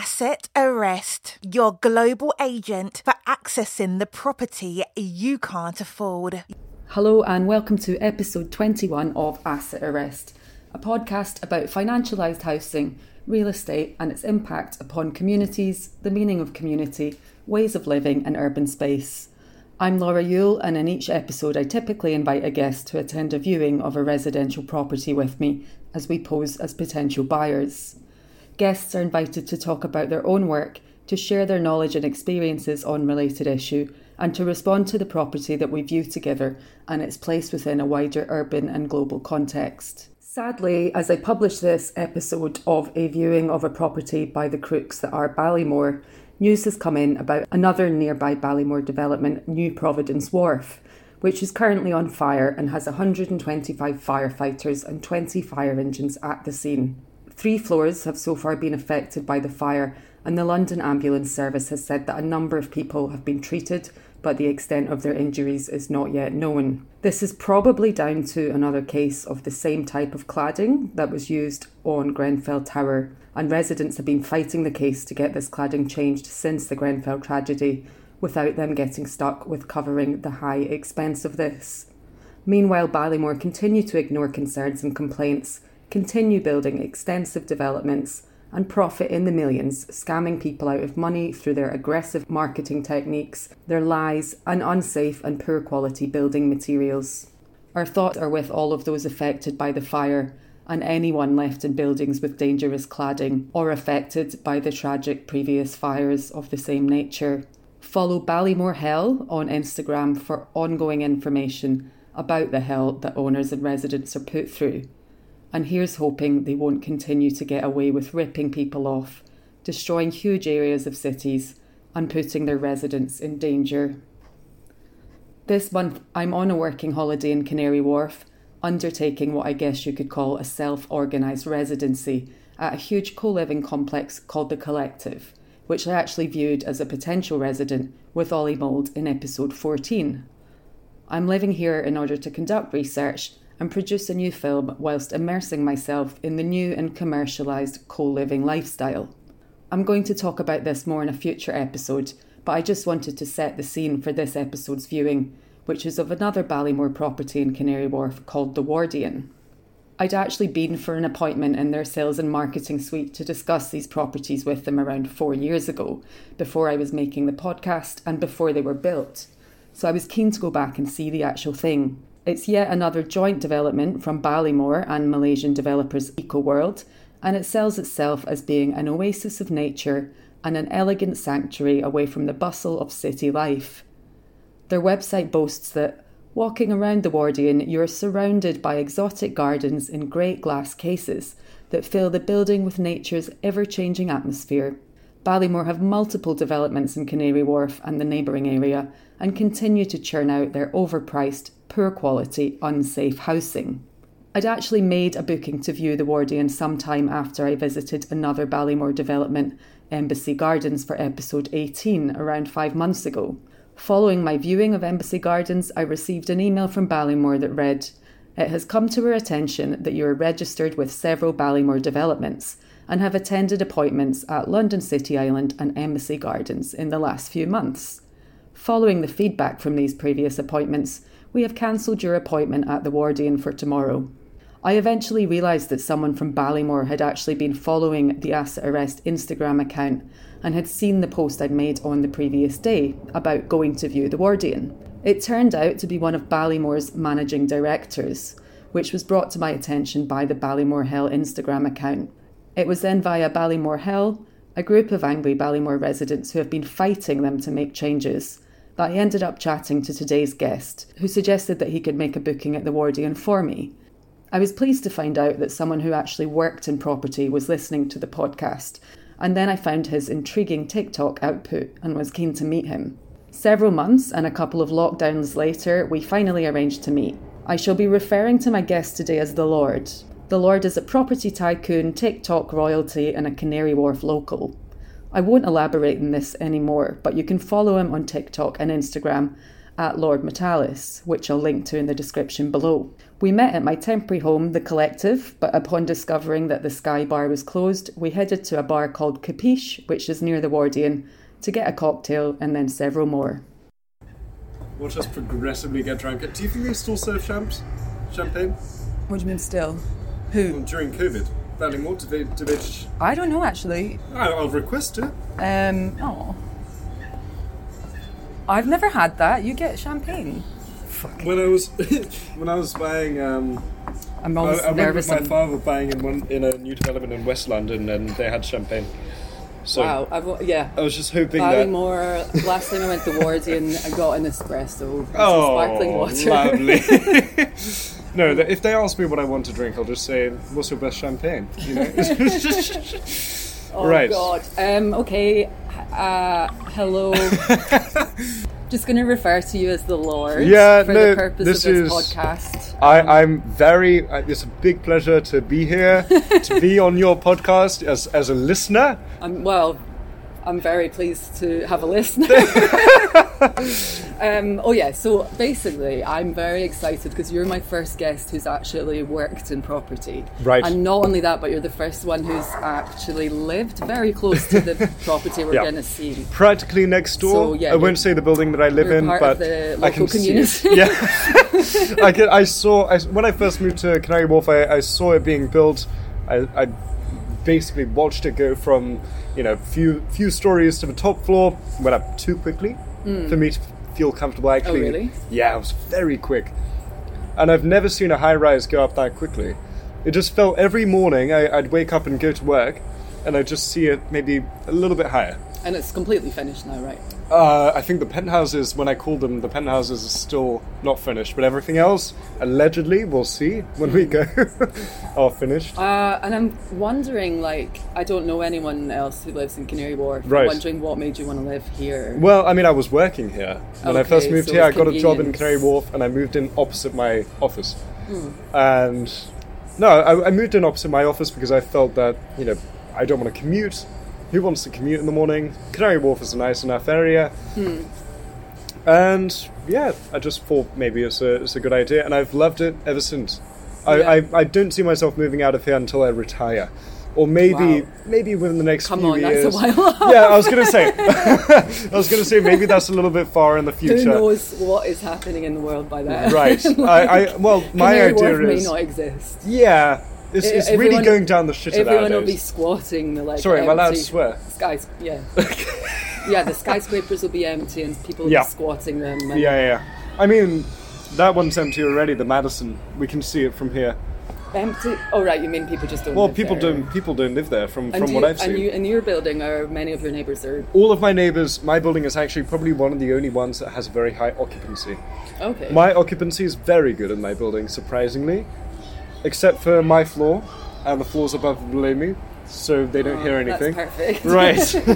asset arrest your global agent for accessing the property you can't afford. Hello, and welcome to episode 21 of Asset Arrest, a podcast about financialised housing, real estate, and its impact upon communities, the meaning of community, ways of living, and urban space. I'm Laura Yule, and in each episode, I typically invite a guest to attend a viewing of a residential property with me as we pose as potential buyers. Guests are invited to talk about their own work, to share their knowledge and experiences on related issue, and to respond to the property that we view together and its place within a wider urban and global context. Sadly, as I publish this episode of a viewing of a property by the crooks that are Ballymore, news has come in about another nearby Ballymore development, New Providence Wharf, which is currently on fire and has 125 firefighters and 20 fire engines at the scene. Three floors have so far been affected by the fire, and the London Ambulance Service has said that a number of people have been treated, but the extent of their injuries is not yet known. This is probably down to another case of the same type of cladding that was used on Grenfell Tower, and residents have been fighting the case to get this cladding changed since the Grenfell tragedy, without them getting stuck with covering the high expense of this. Meanwhile, Ballymore continue to ignore concerns and complaints continue building extensive developments and profit in the millions, scamming people out of money through their aggressive marketing techniques, their lies, and unsafe and poor quality building materials. Our thoughts are with all of those affected by the fire and anyone left in buildings with dangerous cladding or affected by the tragic previous fires of the same nature. Follow Ballymore Hell on Instagram for ongoing information about the hell that owners and residents are put through and here's hoping they won't continue to get away with ripping people off, destroying huge areas of cities, and putting their residents in danger. This month, I'm on a working holiday in Canary Wharf, undertaking what I guess you could call a self organised residency at a huge co living complex called The Collective, which I actually viewed as a potential resident with Ollie Mould in episode 14. I'm living here in order to conduct research and produce a new film whilst immersing myself in the new and commercialised co living lifestyle. I'm going to talk about this more in a future episode, but I just wanted to set the scene for this episode's viewing, which is of another Ballymore property in Canary Wharf called The Wardian. I'd actually been for an appointment in their sales and marketing suite to discuss these properties with them around four years ago, before I was making the podcast and before they were built. So I was keen to go back and see the actual thing. It's yet another joint development from Ballymore and Malaysian developers EcoWorld, and it sells itself as being an oasis of nature and an elegant sanctuary away from the bustle of city life. Their website boasts that walking around the Wardian, you're surrounded by exotic gardens in great glass cases that fill the building with nature's ever changing atmosphere. Ballymore have multiple developments in Canary Wharf and the neighbouring area and continue to churn out their overpriced, poor quality, unsafe housing. I'd actually made a booking to view the Wardian sometime after I visited another Ballymore development, Embassy Gardens, for episode 18 around five months ago. Following my viewing of Embassy Gardens, I received an email from Ballymore that read, It has come to our attention that you are registered with several Ballymore developments and have attended appointments at London City Island and Embassy Gardens in the last few months. Following the feedback from these previous appointments, we have cancelled your appointment at the Wardian for tomorrow. I eventually realised that someone from Ballymore had actually been following the Asset Arrest Instagram account and had seen the post I'd made on the previous day about going to view the Wardian. It turned out to be one of Ballymore's managing directors, which was brought to my attention by the Ballymore Hill Instagram account. It was then via Ballymore Hill, a group of angry Ballymore residents who have been fighting them to make changes, that I ended up chatting to today's guest, who suggested that he could make a booking at the Wardian for me. I was pleased to find out that someone who actually worked in property was listening to the podcast, and then I found his intriguing TikTok output and was keen to meet him. Several months and a couple of lockdowns later, we finally arranged to meet. I shall be referring to my guest today as the Lord. The Lord is a property tycoon, TikTok royalty, and a Canary Wharf local. I won't elaborate on this anymore, but you can follow him on TikTok and Instagram at Lord Metalis, which I'll link to in the description below. We met at my temporary home, The Collective, but upon discovering that the Sky Bar was closed, we headed to a bar called Capiche, which is near the Wardian, to get a cocktail and then several more. Watch us progressively get drunker. Do you think they still serve champs? Champagne? What do you mean still? Well, Who? During COVID, Valley Mall, do they, do they sh- I don't know actually. I- I'll request it. Um, oh. I've never had that. You get champagne. When I was when I was buying, um, I'm I, always I went with nervous. my and- father buying in one in a new development in West London, and they had champagne. So Wow, I've, yeah. I was just hoping that. Ballymore, last time I went to Wardian, I got an espresso. and some sparkling water. Oh, lovely. no, th- if they ask me what I want to drink, I'll just say, "What's your best champagne?" You know. Oh Right. God. Um, okay. Uh, hello. Just going to refer to you as the Lord. Yeah, For no, the purpose this of this is- podcast. I, I'm very. uh, It's a big pleasure to be here, to be on your podcast as as a listener. I'm, well, I'm very pleased to have a listener. um, oh yeah. So basically, I'm very excited because you're my first guest who's actually worked in property. Right. And not only that, but you're the first one who's actually lived very close to the property we're Yeah. going to see. practically next door. So, yeah, I won't you're- say the building that I live you're in, part but of the I local can see it. community. Yeah, I, can, I saw I, when I first moved to Canary Wharf, I, I saw it being built. I, I basically watched it go from you know few few stories to the top floor. Went up too quickly for me to feel comfortable. Actually, Hmm. Oh, really? yeah, it was very quick, and I've never seen a high rise go up that quickly. It just felt every morning I, I'd wake up and go to work, and I'd just see it maybe a little bit higher. And it's completely finished now, right? Uh, I think the penthouses, when I called them, the penthouses are still not finished, but everything else, allegedly, we'll see when we go, are finished. Uh, and I'm wondering, like, I don't know anyone else who lives in Canary Wharf. I'm Right. wondering what made you want to live here. Well, I mean, I was working here. When I Okay, first moved so here, I it's got a job in convenience. Hmm. Canary Wharf and I moved in opposite my office. And no, I, I moved in opposite my office because I felt that, you know, I don't want to commute. Who wants to commute in the morning? Canary Wharf is a nice enough area. Hmm. And yeah, I just thought maybe it's a, it's a good idea and I've loved it ever since. Yeah. I, I, I don't see myself moving out of here until I retire. Or maybe Wow. maybe within the next Come few on, years. that's a while off. Yeah, I was gonna say. I was gonna say maybe that's a little bit far in the Who future. knows what is happening in the world by then? Right. I, I well, my Canary idea Wharf is may not exist. yeah, it's, E- it's really everyone- going down the shitter Everyone will be nowadays. squatting. The, like, Sorry, am I allowed empty to swear? Skys- yeah. yeah, the skyscrapers will be empty and people will Yeah. be squatting them. Yeah, And yeah, yeah. I mean, that one's empty already. The Madison, we can see it from here. Empty. Oh, right, you mean people just don't Well, live people there. don't people don't live there from And from do what you- I've seen. And you, in your building, are many of your neighbours are. All of my neighbours, my building is actually probably one of the only ones that has a very high occupancy. Okay. My occupancy is very good in my building, surprisingly, except for my floor and the floors above and below me, so they don't hear anything. Ah, That's perfect.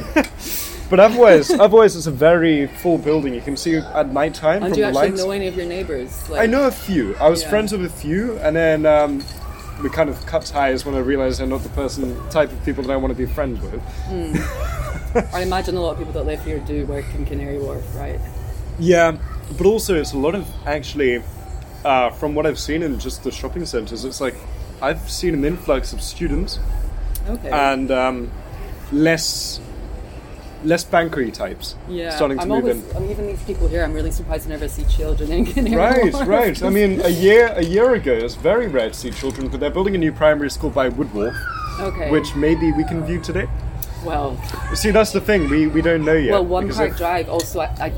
Right. but otherwise, otherwise it's a very full building. You can see at night time And from do you the actually lights. know any of your neighbours? Like, I know a few. I was Yeah. friends with a few, and then um, we kind of cut ties when I realized they're not the person type of people that I want to be friends with. I imagine a lot of people that live here do work in Canary Wharf, right? Yeah, but also it's a lot of actually, uh, from what I've seen in just the shopping centres, it's like I've seen an influx of students Okay. and um, less less bankery types yeah. starting to I'm move always, in. I'm even these people here. I'm really surprised I never see children in Canary Right, Wharf. right. I mean, a year a year ago, it's very rare to see children, but they're building a new primary school by Woodwall, Okay. which maybe we can view today. well, See, that's the thing we, we don't know yet. well, One because Park if- Drive. Also, I, I,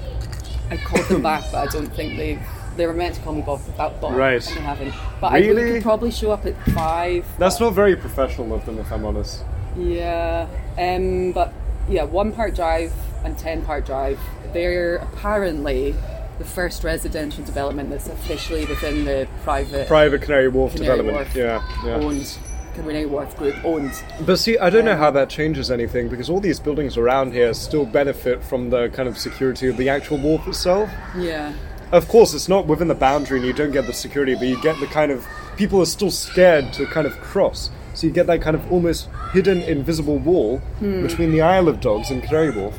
I called them back, but I don't think they they were meant to call me Bob about Bob. Right. And they haven't. But I would Really? could probably show up at five. That's not very professional of them, if I'm honest. Yeah, um, but yeah, One Park Drive and Ten Park Drive, they're apparently the first residential development that's officially within the private Private Canary Wharf Canary development. Wharf Yeah, yeah. owned Canary Wharf Group owned. But see, I um, don't know how that changes anything because all these buildings around here still benefit from the kind of security of the actual wharf itself. Yeah, Of course, it's not within the boundary and you don't get the security, but you get the kind of people are still scared to kind of cross. So Hmm. you get that kind of almost hidden, invisible wall between the Isle of Dogs and Canary Wharf.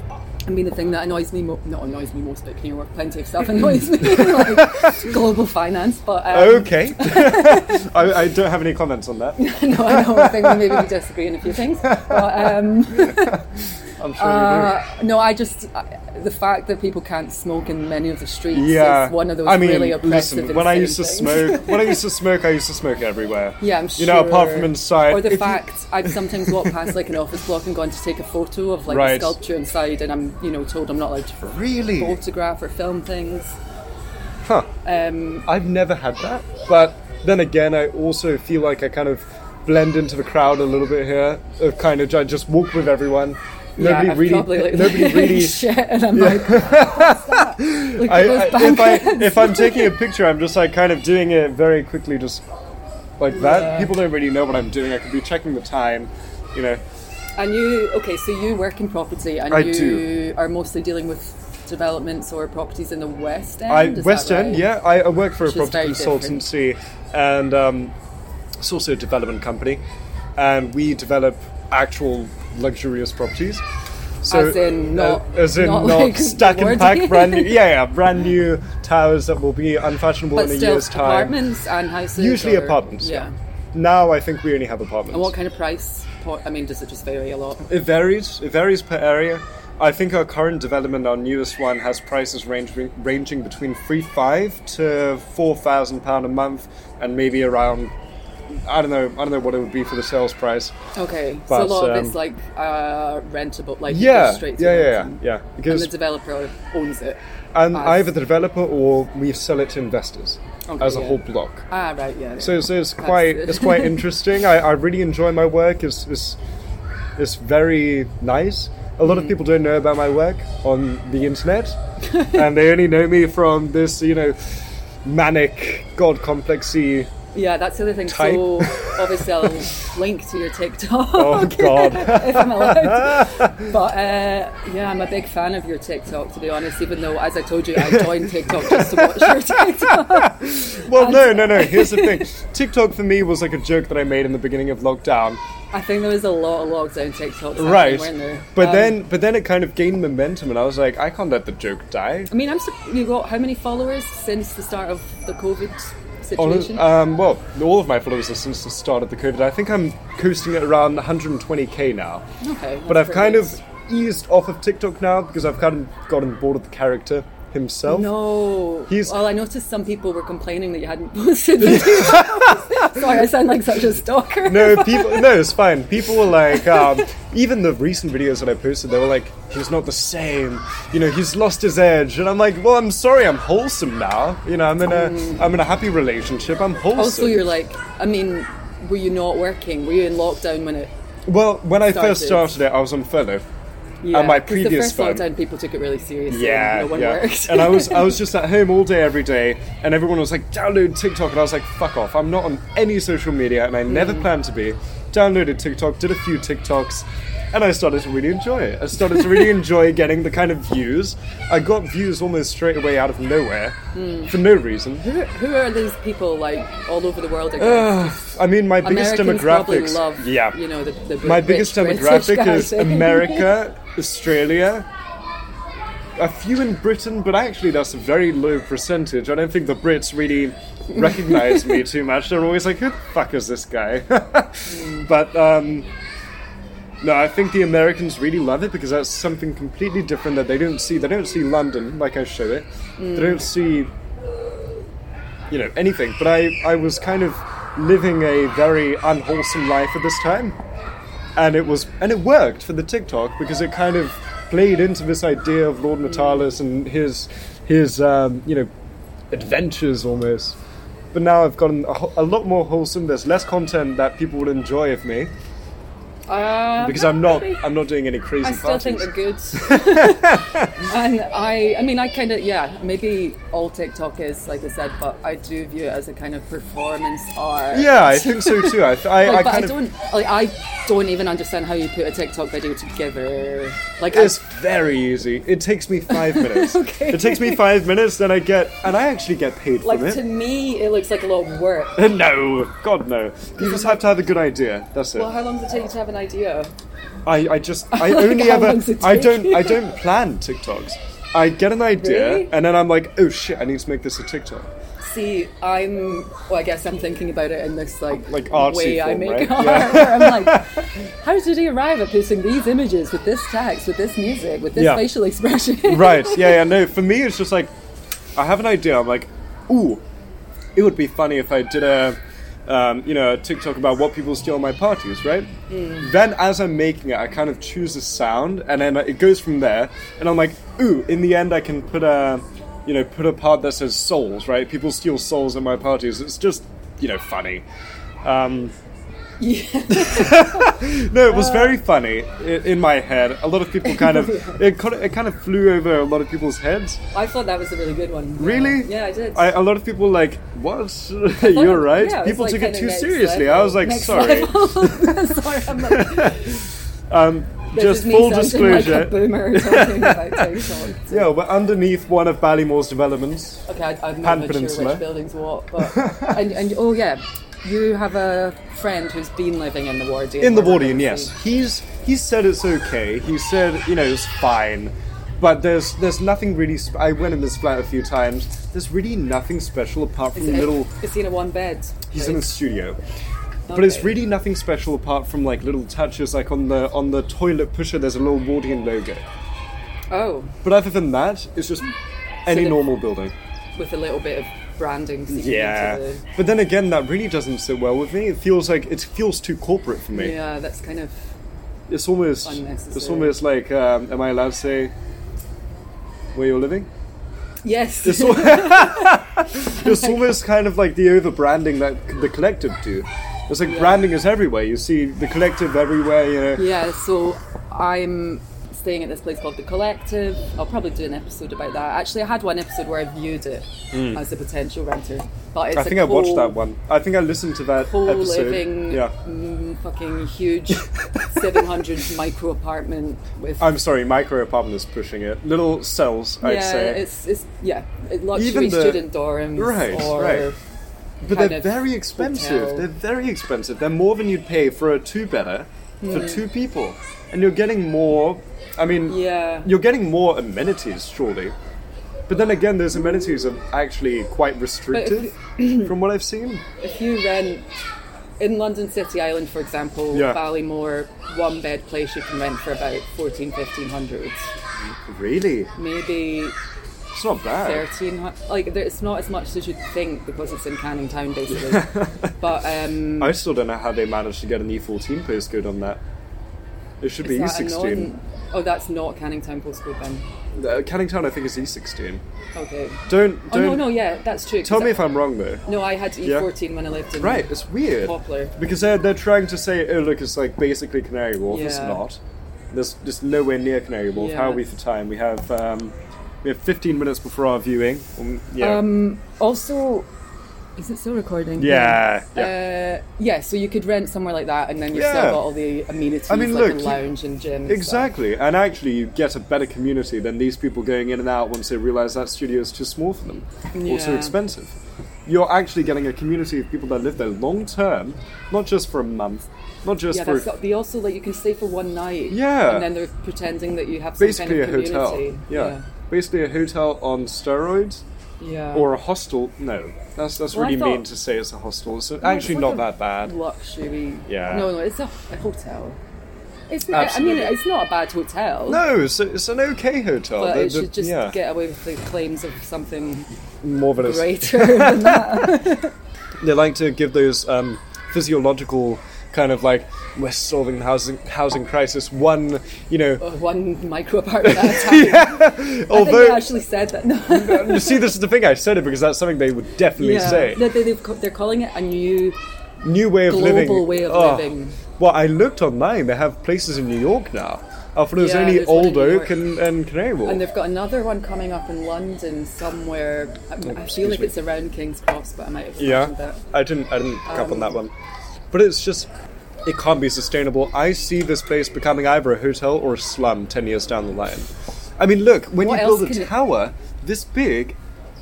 I mean, the thing that annoys me, mo- not annoys me most, but you know, plenty of stuff annoys me, like global finance. But um, Okay. I, I don't have any comments on that. no, I know. I think we maybe we disagree on a few things. But um, I'm sure uh, no, I just I, the fact that people can't smoke in many of the streets you do. Yeah. is one of those I mean, really oppressive. listen, when I insane used to things. smoke, when I used to smoke, I used to smoke everywhere. Yeah, I'm You know, apart sure. from inside. Or if the you- fact I've sometimes walked past like an office block and gone to take a photo of like a Right. sculpture inside, and I'm you know told I'm not allowed to Really? photograph or film things. Huh. Um, I've never had that. But then again, I also feel like I kind of blend into the crowd a little bit here. Of kind of I just walk with everyone. Nobody yeah, I've really. probably like nobody really. shit, and I'm like, Look at I, those I, if I bankers. if I'm taking a picture, I'm just like kind of doing it very quickly, just like that. People don't really know what I'm doing. I could be checking the time, you know. And you, okay, so you work in property and I you do. are mostly dealing with developments or properties in the West End? I is West that End, right? yeah. I, I work for a Which is property very different. consultancy, and um, it's also a development company, and we develop actual luxurious properties. So, uh, As in not- as in not not, like stack and wordy. pack brand new, yeah, yeah, brand new towers that will be unfashionable But in a still, year's time. apartments and houses? Usually or- apartments. Yeah. Now I think we only have apartments. And what kind of price? po- I mean, does it just vary a lot? It varies. It varies per area. I think our current development, our newest one, has prices range, ranging between three five to four thousand pound a month, and maybe around. I don't know. I don't know what it would be for the sales price. Okay, so But, a lot of um, it's like uh, rentable, like you go Yeah, yeah, straight to yeah, yeah, renting. yeah. And Because the developer owns it. and as- either the developer or we sell it to investors Okay, as a yeah. whole block. Ah, right, yeah. So, so it's quite good. it's quite interesting. I, I really enjoy my work. It's, it's it's very nice. A Mm. lot of people don't know about my work on the internet, and they only know me from this you know manic god complexy. Yeah, that's the other thing. Type. So obviously, I'll link to your TikTok. Oh, God. if I'm allowed. But uh, yeah, I'm a big fan of your TikTok. To be honest, even though, as I told you, I joined TikTok just to watch your TikTok. Well, no, no, no. Here's the thing: TikTok for me was like a joke that I made in the beginning of lockdown. I think there was a lot of lockdown TikToks, happening, right Weren't there? but Um, then but then it kind of gained momentum and i was like i can't let the joke die I mean, I'm. Su- you got how many followers since the start of the COVID situation? All- um, well all of my followers are since the start of the covid i think i'm coasting at around 120k now okay, but that's i've kind pretty of eased off of tiktok now because i've kind of gotten bored of the character himself No. He's- well, I noticed some people were complaining that you hadn't posted videos. Sorry, I sound like such a stalker. no people no it's fine people were like um, even the recent videos that i posted they were like he's not the same you know he's lost his edge and i'm like well i'm sorry i'm wholesome now you know i'm in a am in a happy relationship i'm wholesome Mm. Also, you're like, I mean, were you not working? Were you in lockdown when it? Well, when I first started. started it, I was on furlough. Yeah, Uh, my 'cause the previous first phone. lockdown, people took it really seriously. Yeah, and no one yeah. worked. and I was I was just at home all day every day, and everyone was like, "Download TikTok," and I was like, "Fuck off! I'm not on any social media, and I Mm-hmm. never planned to be." Downloaded TikTok, did a few TikToks, and I started to really enjoy it. I started to really enjoy getting the kind of views. I got views almost straight away out of nowhere Mm. for no reason. Who are these people like all over the world? I guess? I mean, my biggest Americans probably demographics. love. yeah, you know the, the My rich biggest British demographic guys. is America, Australia, a few in Britain, but actually that's a very low percentage. I don't think the Brits really recognize me too much. They're always like, who the fuck is this guy? but, um,. No, I think the Americans really love it because that's something completely different that they don't see. They don't see London like I show it. They don't Mm. see you know anything but i i was kind of living a very unwholesome life at this time and it was and it worked for the tiktok because it kind of played into this idea of lord Metalis and his his um, you know adventures almost but now i've gotten a, wh- a lot more wholesome there's less content that people would enjoy of me Uh, because i'm not i'm not doing any crazy I still parties think they're good. and I, I mean, I kind of, yeah, maybe all TikTok is, like I said, but I do view it as a kind of performance art. yeah i think so too i, th- I, Like, I but I kind of don't, like, I don't even understand how you put a TikTok video together. Like, I, It's very easy. It takes me five minutes. Okay. It takes me five minutes, then I get, and I actually get paid like from it. to me, it looks like a lot of work. no, God no. You just have to have a good idea. That's it. Well, how long does it take you to have an idea? I, I just I only how ever long's it I don't taking? I don't plan TikToks. I get an idea Really? and then I'm like, oh shit, I need to make this a TikTok. See, I'm. Well, I guess I'm thinking about it in this like, Like artsy way I form, make right? art. Yeah. Where I'm like, how did he arrive at posting these images with this text, with this music, with this Yeah. facial expression? Right? Yeah, yeah. No, for me it's just like I have an idea. I'm like, ooh, it would be funny if I did a um, you know a TikTok about what people steal at my parties, right? Then as I'm making it, I kind of choose a sound and then it goes from there. And I'm like, ooh, in the end, I can put a you know put a part that says souls, right? People steal souls at my parties. It's just you know funny. Um, no, it was very funny i- in my head. A lot of people kind of it, kind of- it kind of flew over a lot of people's heads. I thought that was a really good one. Really? Yeah, I did. I, a lot of people like what? You're right. yeah, it's people like took it kinda too next seriously. level. I was like, Next sorry. level. sorry, I'm like, Um, this just is me full sounding disclosure. Like a boomer talking about TikTok. yeah, we're underneath one of Ballymore's developments. Okay, I, I'm Pan not even sure Peninsula. which building's what, but and, and oh yeah, you have a friend who's been living in the Wardian. In the where we're Wardian, gonna yes. He's he said it's okay. He said you know it's fine, but there's there's nothing really. Sp- I went in this flat a few times. There's really nothing special apart see. from Is it- little. Is he in a one bed? He's place? in a studio. But it's Okay. really nothing special apart from like little touches, like on the on the toilet pusher. There's a little Wardian logo. oh, But other than that, it's just any the- normal building. with a little bit of branding. seeping into Yeah. the- But then again, that really doesn't sit well with me. It feels like it feels too corporate for me. Yeah, that's kind of It's almost it's Unnecessary. almost like um, am I allowed to say where you're living? yes. It's, al- it's almost kind of like the overbranding that c- the collective do. It's like branding is everywhere. You see the collective everywhere. You know. Yeah, so I'm staying at this place called The Collective. I'll probably do an episode about that. Actually, I had one episode where I viewed it as a potential renter. But it's Hmm. I a think I watched whole- that one. I think I listened to that whole episode. living, Yeah. mm, fucking huge, seven hundred micro apartment with. I'm sorry, micro apartment is pushing it. Little cells, yeah, I'd say. it's it's yeah, it- luxury Even the- student dorms Right, or right. But kind they're of very expensive. hotel. They're very expensive. They're more than you'd pay for a two better Hmm. for two people. And you're getting more I mean Yeah. you're getting more amenities, surely. But then again those amenities are actually quite restrictive from what I've seen. if you rent in London City Island, for example, Yeah. Ballymore, one bed place you can rent for about 14, 1500 Really? maybe It's not bad. thirteen. hu- Like there, it's not as much as you'd think because it's in Canning Town, basically. but um, I still don't know how they managed to get an E fourteen postcode on that. It should is be E that a sixteen. non- Oh, that's not Canning Town postcode then. Uh, Canning Town I think is E sixteen. Okay. Don't Oh don't no, no, yeah, that's true. 'cause tell me I- if I'm wrong though. No, I had E14 when I lived in. Right, it's weird. Poplar. Because they're, they're trying to say, oh, look, it's like basically Canary Wharf. It's Yeah. not. There's just nowhere near Canary Wharf. How are we Yeah. for time? We have um, we have 15 minutes before our viewing. Um, yeah. Also, is it still recording? yeah. yeah. Uh, yeah, so you could rent somewhere like that, and then you've Yeah. still got all the amenities I mean, like look, a you- lounge and gym. and exactly. And actually, you get a better community than these people going in and out once they realize that studio is too small for them or too Yeah. expensive. You're actually getting a community of people that live there long term, not just for a month, not just Stuff. Yeah, for that's got, they also like you can stay for one night. Yeah. and then they're pretending that you have some basically kind of a community. hotel. Yeah. basically a hotel on steroids. yeah, yeah. or a hostel. No, that's that's Well, I really thought- mean to say it's a hostel. It's actually it's not like that bad. luxury. Yeah. No, no, it's a, a hotel. It's not, I mean, Absolutely. it's not a bad hotel. No, it's, it's an okay hotel. But The- it the- should just yeah, get away with the claims of something more than it's- greater than that. They like to give those um, physiological kind of like we're solving the housing housing crisis. One, you know, one micro apartment at a time. I think although they actually said that. No. you see, this is the thing. I said it because that's something they would definitely say. That they, they've, co- they're calling it a new New way of global living. way of Oh. living. Well, I looked online. They have places in New York now. I thought it was Yeah, only there's one in Old New Oak York. and, and Canary Wharf. And they've got another one coming up in London somewhere. I, I feel Oh, excuse like me. it's around King's Cross, but I might have mentioned Yeah, that. I didn't. I didn't pick up on Um, that one. But it's just, it can't be sustainable. I see this place becoming either a hotel or a slum ten years down the line. I mean, look, when What you else build can a it- tower this big,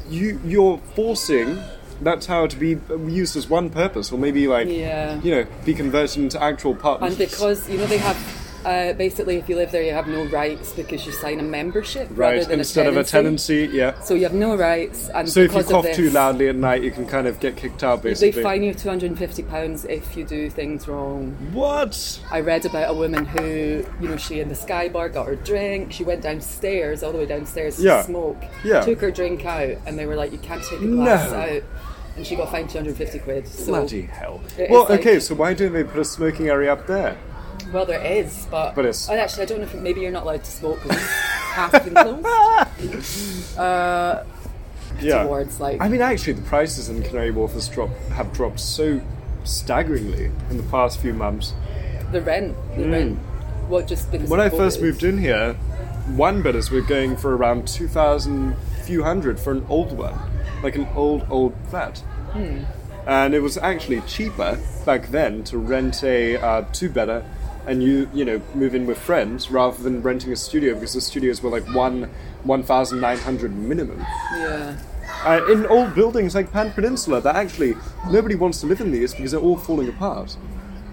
you you're forcing that tower to be used as one purpose, or maybe like Yeah. you know be converted into actual And apartments. because, you know, they have Uh, basically, if you live there, you have no rights because you sign a membership rather Right, than instead a of a tenancy, yeah. So you have no rights, and So if you because cough of this, too loudly at night, you can kind of get kicked out, they basically. fine you two hundred and fifty pounds if you do things wrong. What? I read about a woman who, you know, she in the Sky Bar got her drink. She went downstairs, all the way downstairs to Yeah. smoke. Yeah. Took her drink out, and they were like, "You can't take the glass No. out." And she got fined 250 quid. So, Bloody hell. It is Well, like- okay, so why don't they put a smoking area up there? Well, there is, but But it's- I actually I don't know if maybe you're not allowed to smoke because half been closed Yeah. towards like. I mean, actually, the prices in Canary Wharf has dropped, have dropped so staggeringly in the past few months. The rent, the rent. What just because Mm. When of I first COVID. moved in here, one bidders were going for around 2,000 few hundred for an old one, like an old, old flat. And it was actually cheaper back then to rent a uh, two bedder and you, you know, move in with friends rather than renting a studio because the studios were like one, 1,900 minimum. yeah, Uh, in old buildings like Pan Peninsula, that actually nobody wants to live in these because they're all falling apart.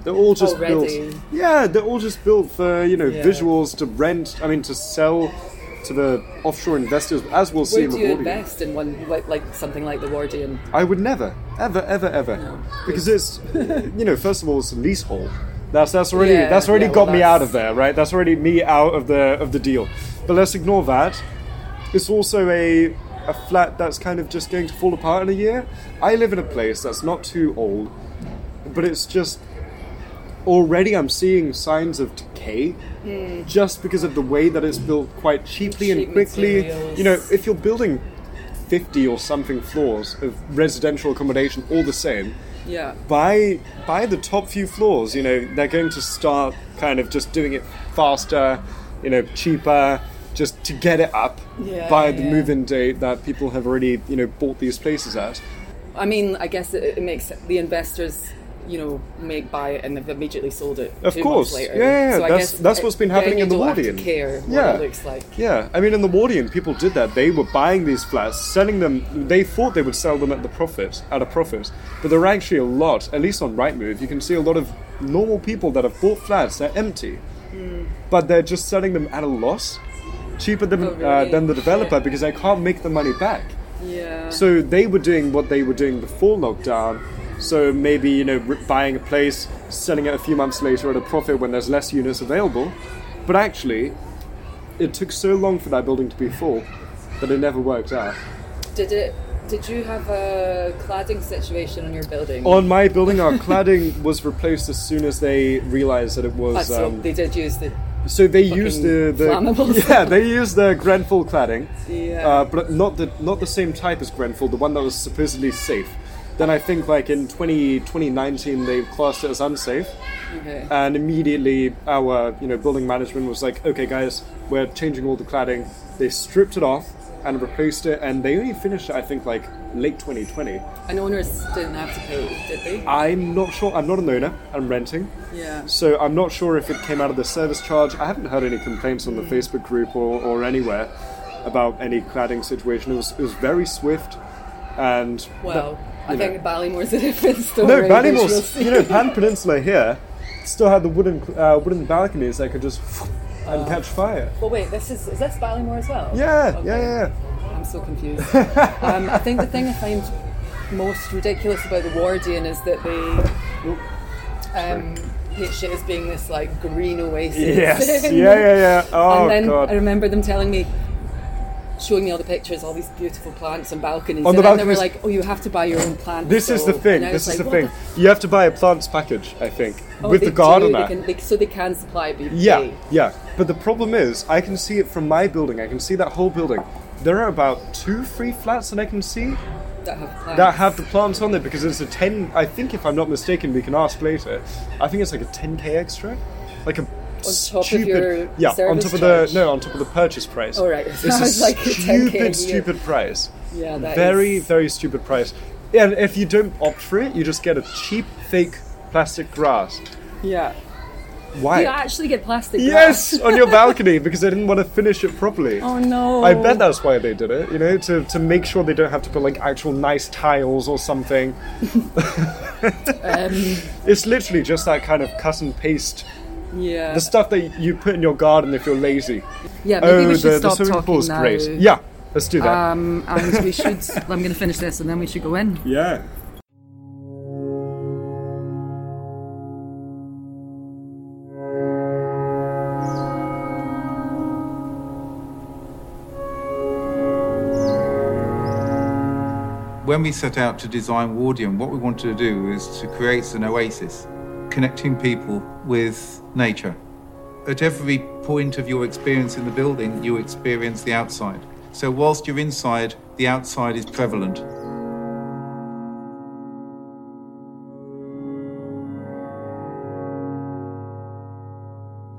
They're all just Already. built. Yeah, they're all just built for you know Yeah. visuals to rent. I mean to sell to the offshore investors, as we'll see where in do the you Wardian. invest in one like, like something like the Wardian? I would never, ever, ever, ever, because it's you know first of all it's a leasehold. That's that's already Yeah, that's already yeah, got well, me that's- out of there, right? That's already me out of the of the deal. But let's ignore that. It's also a a flat that's kind of just going to fall apart in a year. I live in a place that's not too old, but it's just already I'm seeing signs of decay just because of the way that it's built quite cheaply Hmm. Cheap and quickly. materials. You know, if you're building 50 or something floors of residential accommodation all the same, Yeah, by by the top few floors, you know, they're going to start kind of just doing it faster, you know, cheaper, just to get it up Yeah, by the yeah. move-in date that people have already, you know, bought these places at. I mean, I guess it, it makes the investors. You know, make buy it and they've immediately sold it. Of two course, months yeah, later. yeah, So I that's guess that's it- what's been then happening you in the don't have to Wardian. care what yeah, it looks like. Yeah, I mean, in the Wardian, people did that. They were buying these flats, selling them. They thought they would sell them at the profit, at a profit, but there are actually a lot. At least on Rightmove, you can see a lot of normal people that have bought flats. They're empty, Hmm. but they're just selling them at a loss, cheaper than Oh, uh, really? than the developer Shit. because they can't make the money back. Yeah. So they were doing what they were doing before lockdown. So maybe you know r- buying a place, selling it a few months later at a profit when there's less units available. But actually, it took so long for that building to be full that it never worked out. Did it? Did you have a cladding situation on your building? On my building, our cladding was replaced as soon as they realized that it Ah, was. so Um, they did use the. so they used the, the flammable. yeah they used the Grenfell cladding, Yeah. uh, but not the not the same type as Grenfell, the one that was supposedly safe. Then I think like in 20, 2019 they classed it as unsafe, Okay. and immediately our you know building management was like, okay guys, we're changing all the cladding. They stripped it off and replaced it, and they only finished it I think like late 2020. and owners didn't have to pay, did they? I'm not sure. I'm not an owner. I'm renting. yeah. So I'm not sure if it came out of the service charge. I haven't heard any complaints on the Mm. Facebook group or, or anywhere about any cladding situation. It was, it was very swift and Well, I you know. think Ballymore's a different story. no which we'll Ballymore's see. you know Pan Peninsula here still had the wooden uh, wooden balconies that could just and catch fire. Well, wait. This is is this Ballymore as well? Yeah, Oh. Okay. yeah, yeah. I'm so confused. um, I think the thing I find most ridiculous about the Wardian is that they. Um, pitch it as being this like green oasis. Yes. Yeah, thing. yeah, yeah. Oh and then god. I remember them telling me, showing me all the pictures, all these beautiful plants and balconies. On and the then they were balconies- like, "Oh, you have to buy your own plant." this is the thing. This is the thing. You have to buy a plants package, I think, with the gardener. Oh, they can, they, so they can supply, but you Yeah, pay. yeah. But the problem is, I can see it from my building. I can see that whole building. There are about two free flats that I can see that have plants. that have the plants on there because it's a 10. I think, if I'm not mistaken, we can ask later. I think it's like a 10k extra. Like a top of stupid. your yeah, on service top of charge? the. No, on top of the purchase price. All right, it It's sounds a like a 10K a year. stupid, stupid price. Yeah, that Very, is- very stupid price. And if you don't opt for it, you just get a cheap, fake plastic grass. yeah. Why? You actually get plastic. Yes, grass. on your balcony because they didn't want to finish it properly. Oh no. I bet that's why they did it, you know, to, to make sure they don't have to put like actual nice tiles or something. Um, It's literally just that kind of cut and paste Yeah. The stuff that you put in your garden if you're lazy. yeah, maybe oh, we the, should the stop swimming talking pool's now. great. Yeah, let's do that. Um, and we should. I'm going to finish this, and then we should go in. yeah. When we set out to design Wardium, what we wanted to do is to create an oasis, connecting people with nature. At every point of your experience in the building, you experience the outside. So, whilst you're inside, the outside is prevalent.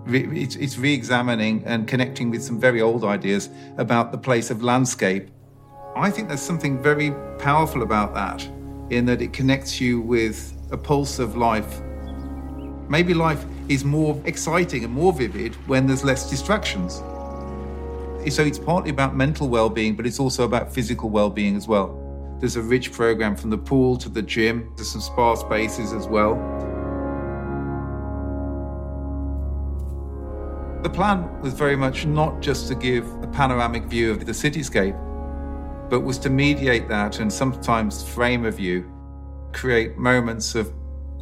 Re- It's it's re examining and connecting with some very old ideas about the place of landscape I think there's something very powerful about that, in that it connects you with a pulse of life. Maybe life is more exciting and more vivid when there's less distractions. So it's partly about mental well being, but it's also about physical well being as well. There's a rich program from the pool to the gym, there's some spa spaces as well. The plan was very much not just to give a panoramic view of the cityscape, but was to mediate that and sometimes frame a view, create moments of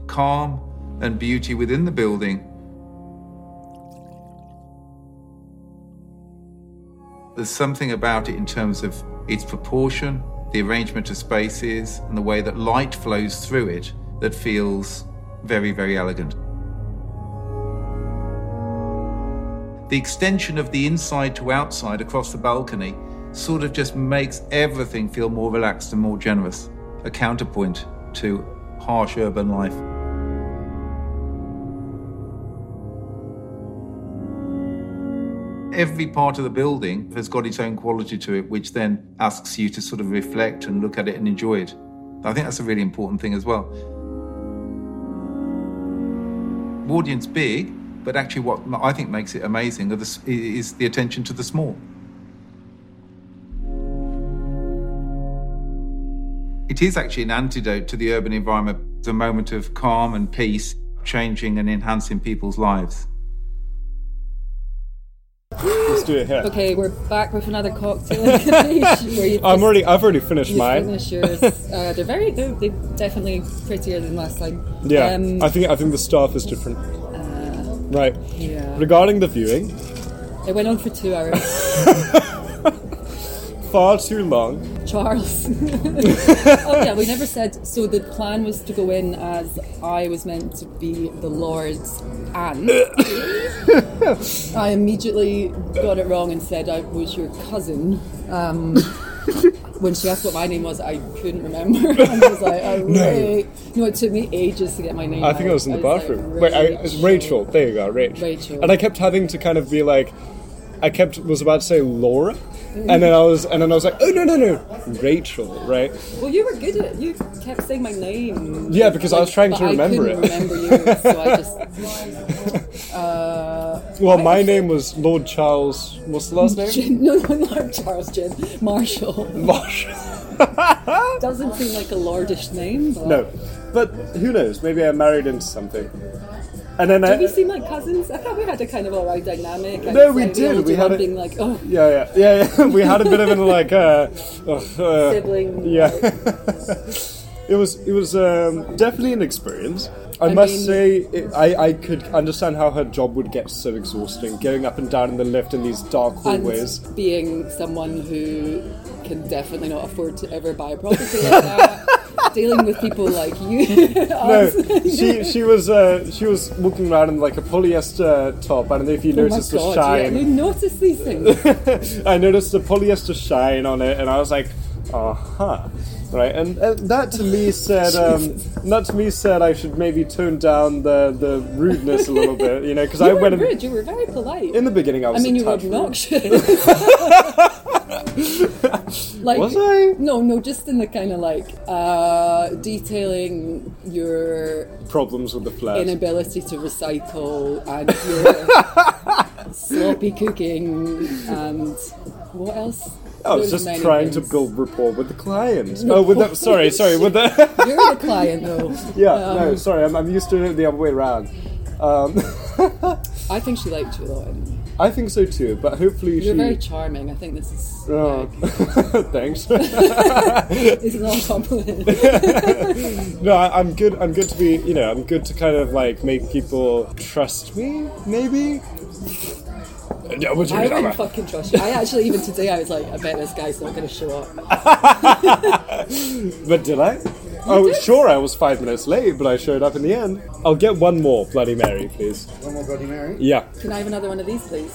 calm and beauty within the building. There's something about it in terms of its proportion, the arrangement of spaces, and the way that light flows through it that feels very, very elegant. the extension of the inside to outside across the balcony sort of just makes everything feel more relaxed and more generous, a counterpoint to harsh urban life. Every part of the building has got its own quality to it, which then asks you to sort of reflect and look at it and enjoy it. I think that's a really important thing as well. Wardian's big, but actually, what I think makes it amazing are the, s- is the attention to the small. It is actually an antidote to the urban environment, It's a moment of calm and peace, changing and enhancing people's lives. Let's do it here. Okay, we're back with another cocktail. where you I'm already. I've already finished you mine. finish yours. Uh, they're very. They're, they're definitely prettier than last time. Yeah, Um, uh, I think I think the staff is different. right. yeah. Regarding the viewing, It went on for two hours. far too long. Charles. oh yeah, we never said. So the plan was to go in as I was meant to be the Lord's aunt. I immediately got it wrong and said I was your cousin. Um, when she asked what my name was, I couldn't remember. I was like, oh, wait. No, it took me ages to get my name. I think out. I was in the like, bathroom. Wait, I, it's Rachel. There you go, Rachel. Rachel. And I kept having to kind of be like, I kept was about to say Laura, Mm-hmm. and then I was and then I was like, oh no no no, Rachel, right? Well, you were good at. You kept saying my name. Yeah, because I was trying But to remember I it. couldn't remember you, so I just Well, my name was Lord Charles. What's the last name? Jim, no, no, not Charles Jim Marshall. Marshall. Doesn't seem like a lordish name. But No, but who knows? Maybe I married into something. And then Have you I. seen like cousins? I thought we had a kind of alright dynamic. I No, was we like, did. all We do had one a- being like, oh, Yeah, yeah, yeah, yeah. We had a bit of an like, uh, uh, uh, sibling. Yeah. it was it was um, definitely an experience. I, I must mean- say, it, I, I could understand how her job would get so exhausting, going up and down in the lift in these dark And hallways. being someone who can definitely not afford to ever buy a property like that, dealing with people like you. Oh, No, she she was uh, she was walking around in like a polyester top. I don't know if you Oh my noticed the god! Yeah, shine. you notice these things. I noticed the polyester shine on it, and I was like, "Uh huh." Right, and, and that to me said, um, that to me said I should maybe tone down the, the rudeness a little bit, you know, because I You were went in, rude. You were very polite. in the beginning. I I was. mean, a you were touch rude. obnoxious. like, Was I? No, no, just in the kind of like uh, detailing your Problems with the flares. inability to recycle and your sloppy cooking and what else? I was There's just many trying to things. build rapport with the client. Oh, with the sorry, sorry, with the You're the client though. yeah. no, sorry, I'm, I'm used to it the other way around. Um, I think she liked you a lot. Anyway. I think so too, but hopefully You're she. very charming. I think this is. Oh, like, thanks. it's not a compliment. no, I, I'm good. I'm good to be. You know, I'm good to kind of like make people trust me. Maybe. Yeah, we'll do I it, Emma. wouldn't fucking trust you. I actually, even today, I was like, I bet this guy's not going to show up. But did I? oh, sure, I was five minutes late, but I showed up in the end. I'll get one more Bloody Mary, please. One more Bloody Mary. Yeah, Can I have another one of these, please?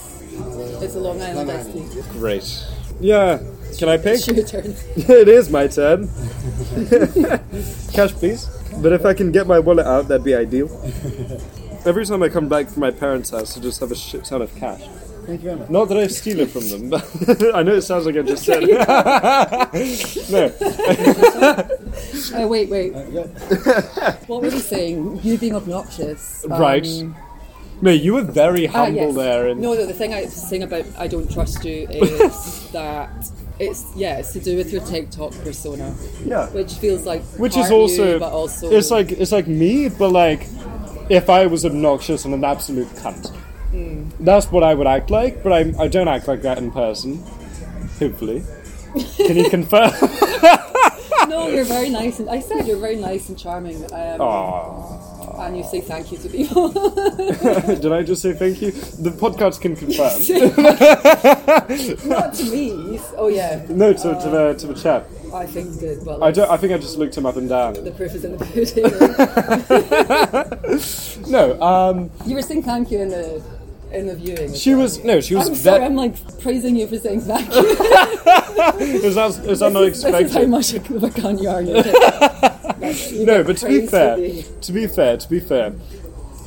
It's a Long Island Long iced tea. Island. great. Yeah, can I pick? It's your turn. it is my turn. Cash, please. But if I can get my wallet out, that'd be ideal. Every time I come back from my parents' house, I just have a shit ton of cash. Thank you very much. Not that I steal it from them, but I know it sounds like I just said. no, Oh, wait, wait. yeah. what were you saying? You being obnoxious. um, right. No, you were very uh, ah, humble yes. there, and No, no, the thing I was saying about I don't trust you is that it's, yeah, it's to do with your TikTok persona, yeah. which feels like. which part is also, You, but also. it's like it's like me, but like if I was obnoxious and an absolute cunt. Mm. That's what I would act like, but I, I don't act like that in person. Hopefully, can you confirm? No, you're very nice. And, I said you're very nice and charming. Um, Aw. And you say thank you to people. Did I just say thank you? The podcast can confirm. Not to me. You s- Oh, yeah. no, to, to the to the chap. I think good, but I like, don't. I think I just looked him up and down. the proof is in the pudding. No, um, you were saying thank you in the in the viewing. she was no, she was. I'm sorry, ve- I'm like praising you for saying thank you. is that is that not this is how expected? much of a con you are. You're No, but to be praise for fair, being- to be fair, to be fair,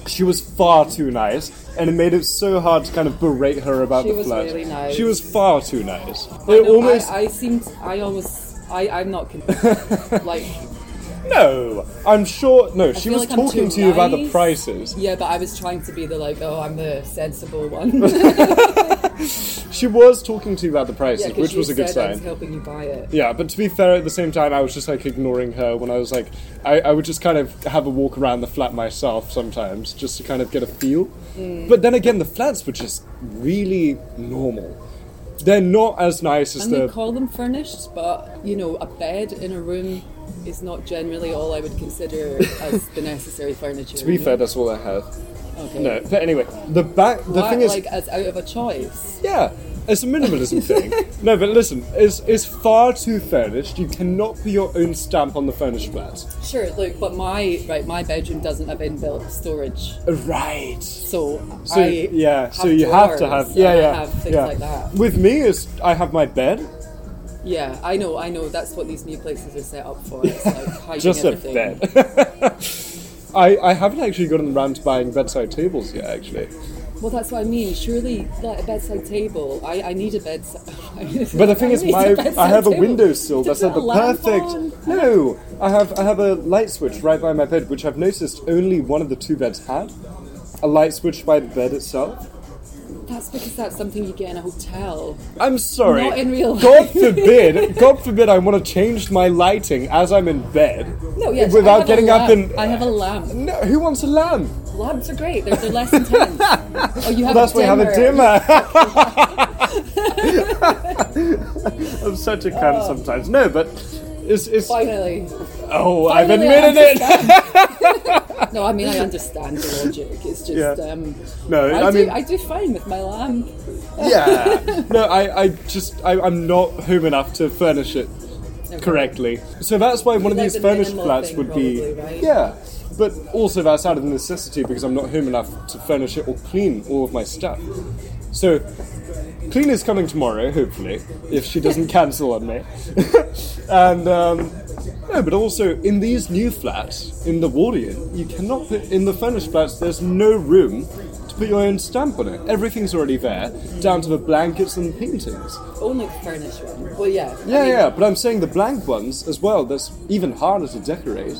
she was far too nice, and it made it so hard to kind of berate her about She the was flirt. really nice. She was far too nice. It I, know, almost I, I seemed. I almost. I, I'm not. Con- like. no. I'm sure. No, she feel was like I'm talking too to you about the nice. prices. Yeah, but I was trying to be the like. Oh, I'm the sensible one. She was talking to you about the prices, yeah, 'cause which you was a good said I was sign. helping you buy it. Yeah, but to be fair, at the same time, I was just like ignoring her when I was like, I, I would just kind of have a walk around the flat myself sometimes just to kind of get a feel. Mm. But then again, the flats were just really normal. They're not as nice as And the. they call them furnished, but you know, a bed in a room is not generally all I would consider as the necessary furniture. to be fair, that's all I have. okay. No, but anyway, the back. The Why- thing is, like as out of a choice. yeah, it's a minimalism thing. No, but listen, it's, it's far too furnished. You cannot put your own stamp on the furnished flats. Sure, look, but my right, my bedroom doesn't have inbuilt storage, Right. so, So I yeah, have so you have to drawers have yeah and I yeah have things yeah. like that. With me is I have my bed, Yeah, I know, I know. That's what these new places are set up for. It's like hiding just everything. a bed. I I haven't actually gotten around to buying bedside tables yet actually, Well, that's what I mean. Surely, like a bedside table. I, I need a bedside. but the thing I is need my a bedside I have a table windowsill to that's put at the a lamp perfect on. no I have I have a light switch right by my bed which I've noticed only one of the two beds had. A light switch by the bed itself. That's because that's something you get in a hotel. I'm sorry. Not in real God forbid, God forbid I want to change my lighting as I'm in bed. No, yes. I Without have a getting up lamp. and- I have a lamp. No, who wants a lamp? Lamps are great. They're, they're less intense. Oh, you have That's a why we have dimmer. a dimmer. I'm such a cunt sometimes. No, but it's it's. Finally. oh, I've Finally, admitted I it. No, I mean I understand the logic. It's just Yeah. um, No, I, I, do mean, I do fine with my lamp. yeah. No, I, I just I, I'm not home enough to furnish it correctly. So that's why one of Like these the furnished minimal flats thing would be probably, right? yeah. But also that's out of necessity because I'm not home enough to furnish it or clean all of my stuff. So clean is coming tomorrow, hopefully, if she doesn't cancel on me. and um, no, but also in these new flats in the Wardian, you cannot put in the furnished flats. There's no room to put your own stamp on it. Everything's already there, down to the blankets and paintings. Only the furnished one. Well, yeah. I Yeah, mean, yeah, but I'm saying the blank ones as well. That's even harder to decorate.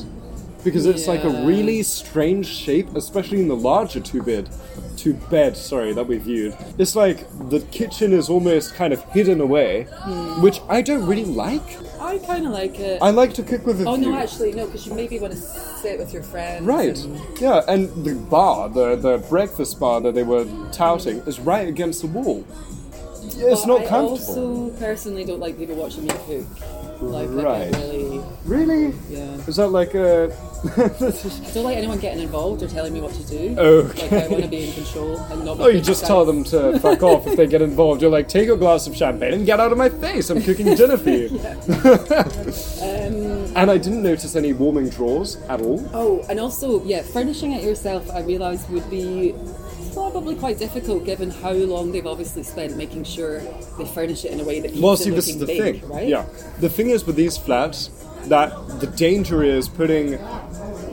because it's like a Yeah. really strange shape, especially in the larger two bed, two bed. Sorry, that we viewed. It's like the kitchen is almost kind of hidden away, Hmm. which I don't really like. I kind of like it. I like to cook with a oh view. no, actually no, because you maybe want to sit with your friends. Right. and- Yeah, and the bar, the the breakfast bar that they were touting, is right against the wall. Yeah, It's But not I comfortable. also personally don't like people watching me cook. Like, I Right. get really, Really? yeah. Is that like a? I don't like anyone getting involved or telling me what to do. Like, I Okay. want to be in control and not. be Oh, you picked just up. tell them to fuck off if they get involved. You're like, take a glass of champagne and get out of my face. I'm cooking dinner for you. and I didn't notice any warming drawers at all. Oh, and also, yeah, furnishing it yourself, I realised would be probably quite difficult given how long they've obviously spent making sure they furnish it in a way that keeps Well, it see, this is the looking big, thing. right? Yeah, the thing is with these flats that the danger is putting.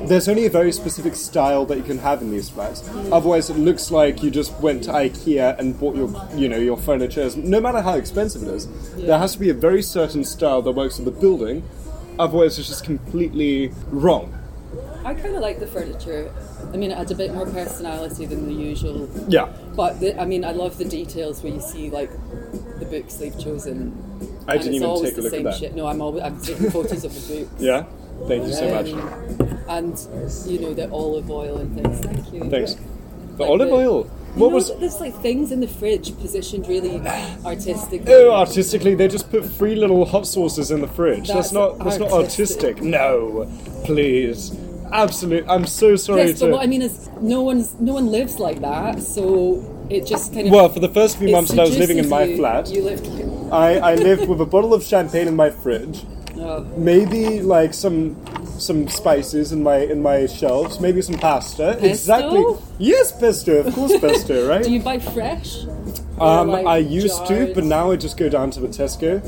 There's only a very specific style that you can have in these flats. Mm. Otherwise, it looks like you just went to IKEA and bought your, you know, your furniture. No matter how expensive it is, there has to be a very certain style that works with the building. Otherwise, it's just completely wrong. I kind of like the furniture. I mean, it adds a bit more personality than the usual. Yeah, But the, I mean, I love the details where you see like the books they've chosen. I and it's didn't even always take a the look at same that. shit. No, I'm always I'm taking photos of the books. Yeah, thank you so much. Um, and you know the olive oil and things. Thank you. Thanks. The Like olive the- oil. You What know, was? that there's like things in the fridge positioned really artistically. Oh, artistically, they just put three little hot sauces in the fridge. That's That's, not that's not artistic. artistic. No, please, absolute. I'm so sorry yes, to. but what I mean is no one's no one lives like that, so it just kind of well, for the first few it months that I was living in seduces my you. flat, You lived like I, I lived with a bottle of champagne in my fridge, oh, maybe like some some spices in my in my shelves, maybe some pasta. Pesto? Exactly. Yes, pesto. Of course, pesto. Right. Do you buy fresh? Or, Um, like, I used to, jarred? but now I just go down to the Tesco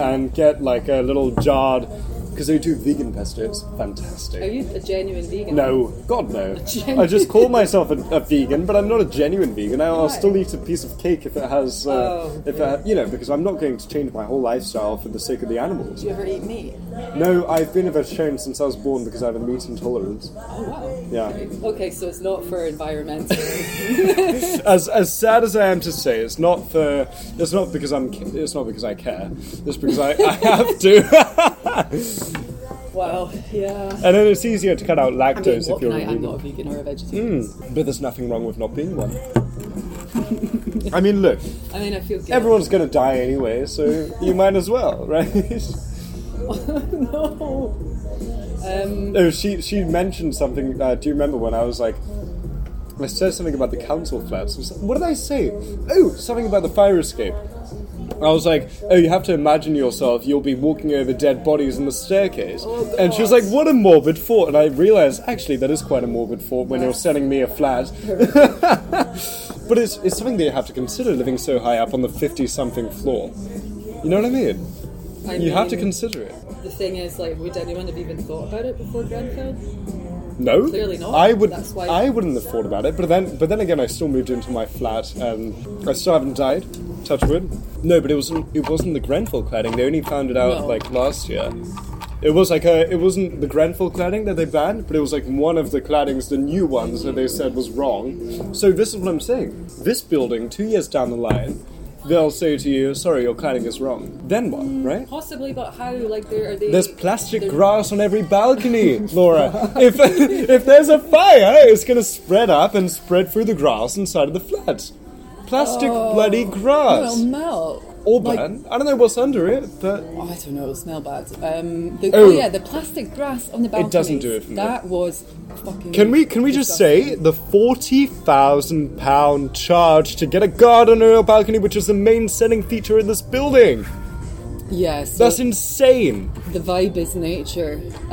and get like a little jarred because they do vegan pesto. It's Are fantastic. you a genuine vegan? No, God no. genuine- I just call myself a, a vegan, but I'm not a genuine vegan. I, I'll Why? still eat a piece of cake if it has, uh, Oh, if it, you know, because I'm not going to change my whole lifestyle for the sake of the animals. Do you ever eat meat? No, I've been a vegetarian since I was born because I have a meat intolerance. Oh wow. Yeah. Okay, so it's not for environmental. As, as sad as I am to say, it's not for, it's not because I'm, ca- it's not because I care. It's because I, I have to. wow. Yeah. And then it's easier to cut out I lactose mean, what if you're can a I, I'm not a vegan. vegan or a vegetarian. But there's nothing wrong with not being one. I mean, look, I mean, I feel guilty. everyone's going to die anyway, so you might as well, right? no. Um, no, Oh, she she mentioned something. Uh, do you remember when I was like, I said something about the council flats? Was- What did I say? Oh, something about the fire escape. I was like, oh, you have to imagine yourself, you'll be walking over dead bodies in the staircase. Oh, and she was like, what a morbid thought. And I realized, actually, that is quite a morbid thought when you're selling me a flat. but it's, it's something that you have to consider living so high up on the 50 something floor. You know what I mean? I You have to mean, consider it. The thing is, like, would anyone have even thought about it before Grenfell? No, Clearly not. I would. That's why- I wouldn't have thought about it. But then, but then again, I still moved into my flat. Um, I still haven't died. Touch wood. No, but it wasn't. It wasn't the Grenfell cladding. They only found it out No. like last year. It was like a, It wasn't the Grenfell cladding that they banned, but it was like one of the claddings, the new ones that they said was wrong. So this is what I'm saying. This building, two years down the line, they'll say to you, "Sorry, your cladding is wrong." Then what, right? Possibly, but how? Like, there are they? There's plastic they're- grass on every balcony, Laura. if if there's a fire, it's gonna spread up and spread through the grass inside of the flat. Plastic bloody grass. Oh. Well, melt. or like- burn. I don't know what's under it, but Oh, I don't know. It'll smell bad. Um, the, oh. Oh. yeah, the plastic grass on the balcony. doesn't do it for me. That was fucking. can we can we just say the forty thousand pound charge to get a garden or a balcony, which is the main selling feature in this building? Yes. That's insane. the vibe is nature. Um,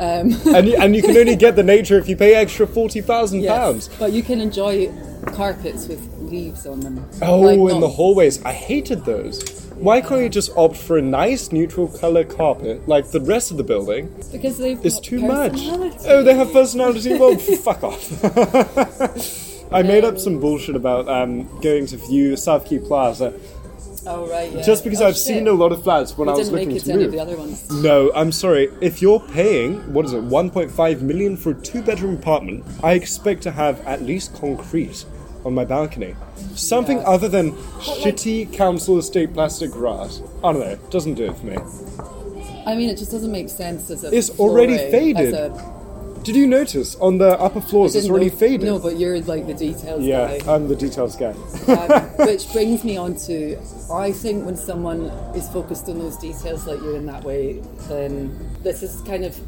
and you, and you can only get the nature if you pay extra forty thousand yes, pounds. But you can enjoy carpets with leaves on them. Oh, Like, in not- the hallways. I hated those. Why can't you just opt for a nice neutral color carpet like the rest of the building? Because they've It's got too much. personality. Oh, they have personality. Well, fuck off. I made up some bullshit about um, going to view South Key Plaza Oh right, yeah. Just because Oh, I've shit. seen a lot of flats when We I was didn't make looking it to to any of move. the other ones. No, I'm sorry. If you're paying, what is it, 1.5 million for a two bedroom apartment, I expect to have at least concrete on my balcony. Something other than shitty council estate plastic grass. I don't know, doesn't do it for me. I mean, it just doesn't make sense as a. It's already flooring, faded. as a- Did you notice on the upper floors it's didn't already know- faded? No, but you're like the details yeah, guy. I'm the details guy. Um, which brings me on to I think when someone is focused on those details like you in that way, then this is kind of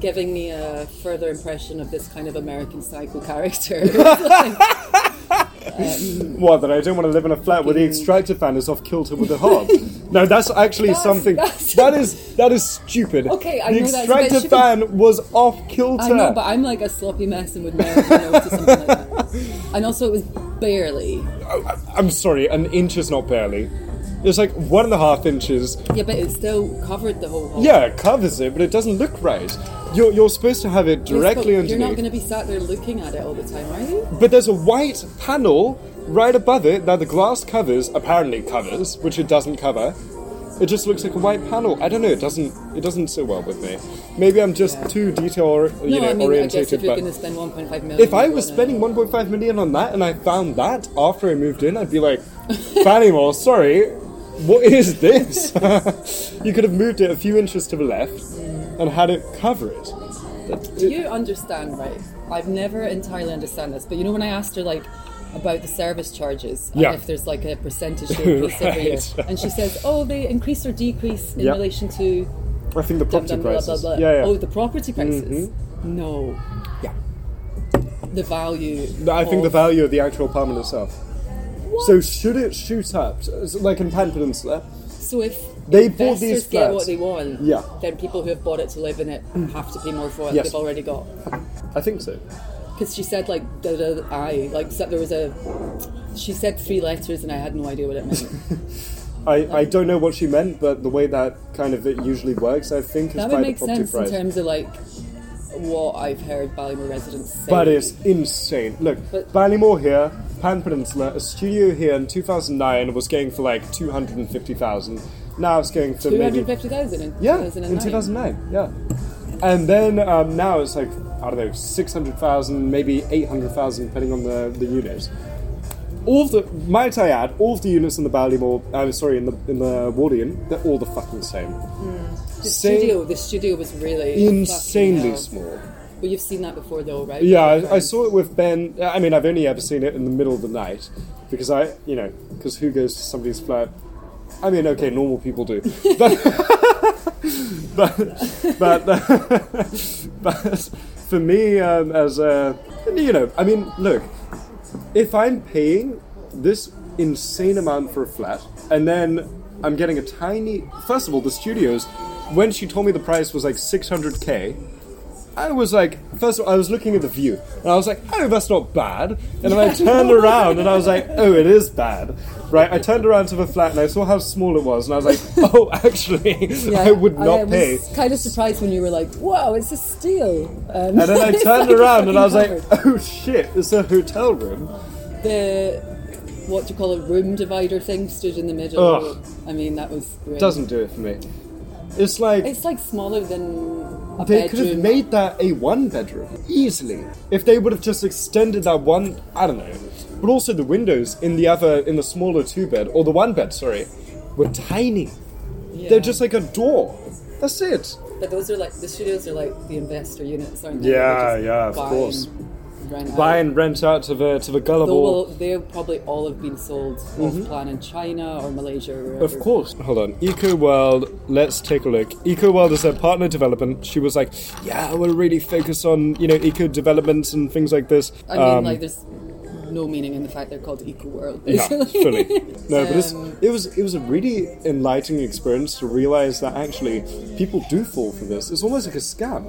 giving me a further impression of this kind of American psycho character. What, that I don't want to live in a flat where the extractor fan is off kilter with the hob? no, that's actually That's- something. that's- that is that is stupid. Okay, I know the that's a bit extractor stupid. fan was off kilter. I know, but I'm like a sloppy mess and would never be able to something like that. And also, it was barely. I'm sorry, an inch is not barely. It's like one and a half inches. Yeah, but it still covered the whole hall. Yeah, it covers it, but it doesn't look right. You're, you're supposed to have it Yes, but directly You're not underneath. going to be sat there looking at it all the time, are you? But there's a white panel right above it that the glass covers, apparently covers, which it doesn't cover. It just looks like a white panel. I don't know. It doesn't. It doesn't sit well with me. Maybe I'm just too detail or, you no, know I mean, I guess orientated. if you're But going to spend 1.5 million, if I you're was gonna- spending 1.5 million on that and I found that after I moved in, I'd be like, Fannymore, sorry, what is this? you could have moved it a few inches to the left and had it cover it. That- Do you understand, right? I've never entirely understand this, but you know when I asked her like about the service charges and Yeah. if there's like a percentage they increase every year, Right. and she says, "Oh, they increase or decrease in Yeah. relation to I think the dum property dum blah blah prices. blah." Yeah, Mm-hmm. yeah. Oh, the property prices. No. Yeah. The value. I think the of- value of the actual apartment itself. So should it shoot up, so like in Pan Peninsula? So if They bought investors these get flats. what they want, Yeah. then people who have bought it to live in it have to pay more for what Yes. they've already got. I think so. because she said like da, da, I like so there was a she said three letters and I had no idea what it meant. I, I don't know what she meant, but the way that kind of it usually works, I think, is that by would the make property sense price. in terms of like what I've heard Ballymore residents say. But it's insane. Look, But- Ballymore here, Pan Peninsula, a studio here in 2009 was going for like 250,000. Now it's going for two maybe hundred fifty thousand in yeah, two thousand in 2009, yeah. And then um, now it's like I don't know, 600,000, maybe 800,000, depending on the the unit. All of the might I add, all of the units in the Ballymore, I'm sorry, in the in the Wardian, they're all the fucking same. Hmm. The Same- studio, the studio was really fucking insanely hell. small. Well, you've seen that before, though, right? Yeah, I, I saw it with Ben. I mean, I've only ever seen it in the middle of the night because I, you know, because who goes to somebody's flat? I mean, okay, normal people do, but but but, but for me, um, as a, you know, I mean, look, if I'm paying this insane amount for a flat and then I'm getting a tiny, first of all, the studios. When she told me the price was like 600k, I was like, first of all, I was looking at the view, and I was like, oh, that's not bad. And then I turned around, and I was like, oh, it is bad, right? I turned around to the flat, and I saw how small it was, and I was like, oh, actually, I would not pay. was kind of surprised when you were like, "Wow, it's a steal!" Um, And then I it's turned like around, and I was like, fucking oh shit, it's a hotel room. the what do you call it room divider thing stood in the middle. Ugh. I mean, that was great. Doesn't do it for me. It's like It's like smaller than a they could have bedroom. made that a one bedroom easily if they would have just extended that one i don't know but also the windows in the other in the smaller two bed or the one bed sorry were tiny they're just like a door that's it But those are like the studios are like the investor units, aren't they? Yeah, They just yeah, of buy course. and Rent out. buy and rent out to the to the Though gullible will, they'll probably all have been sold off plan in China or Malaysia. Or Mm-hmm. Of wherever. course. Hold on. EcoWorld, let's take a look. EcoWorld is their partner development. She was like, yeah, we'll really focus on, you know, eco developments and things like this. I mean, Um, like there's no meaning in the fact they're called Eco World. yeah, fully. No, but it's, Um, it was it was a really enlightening experience to realize that actually people do fall for this. It's almost like a scam.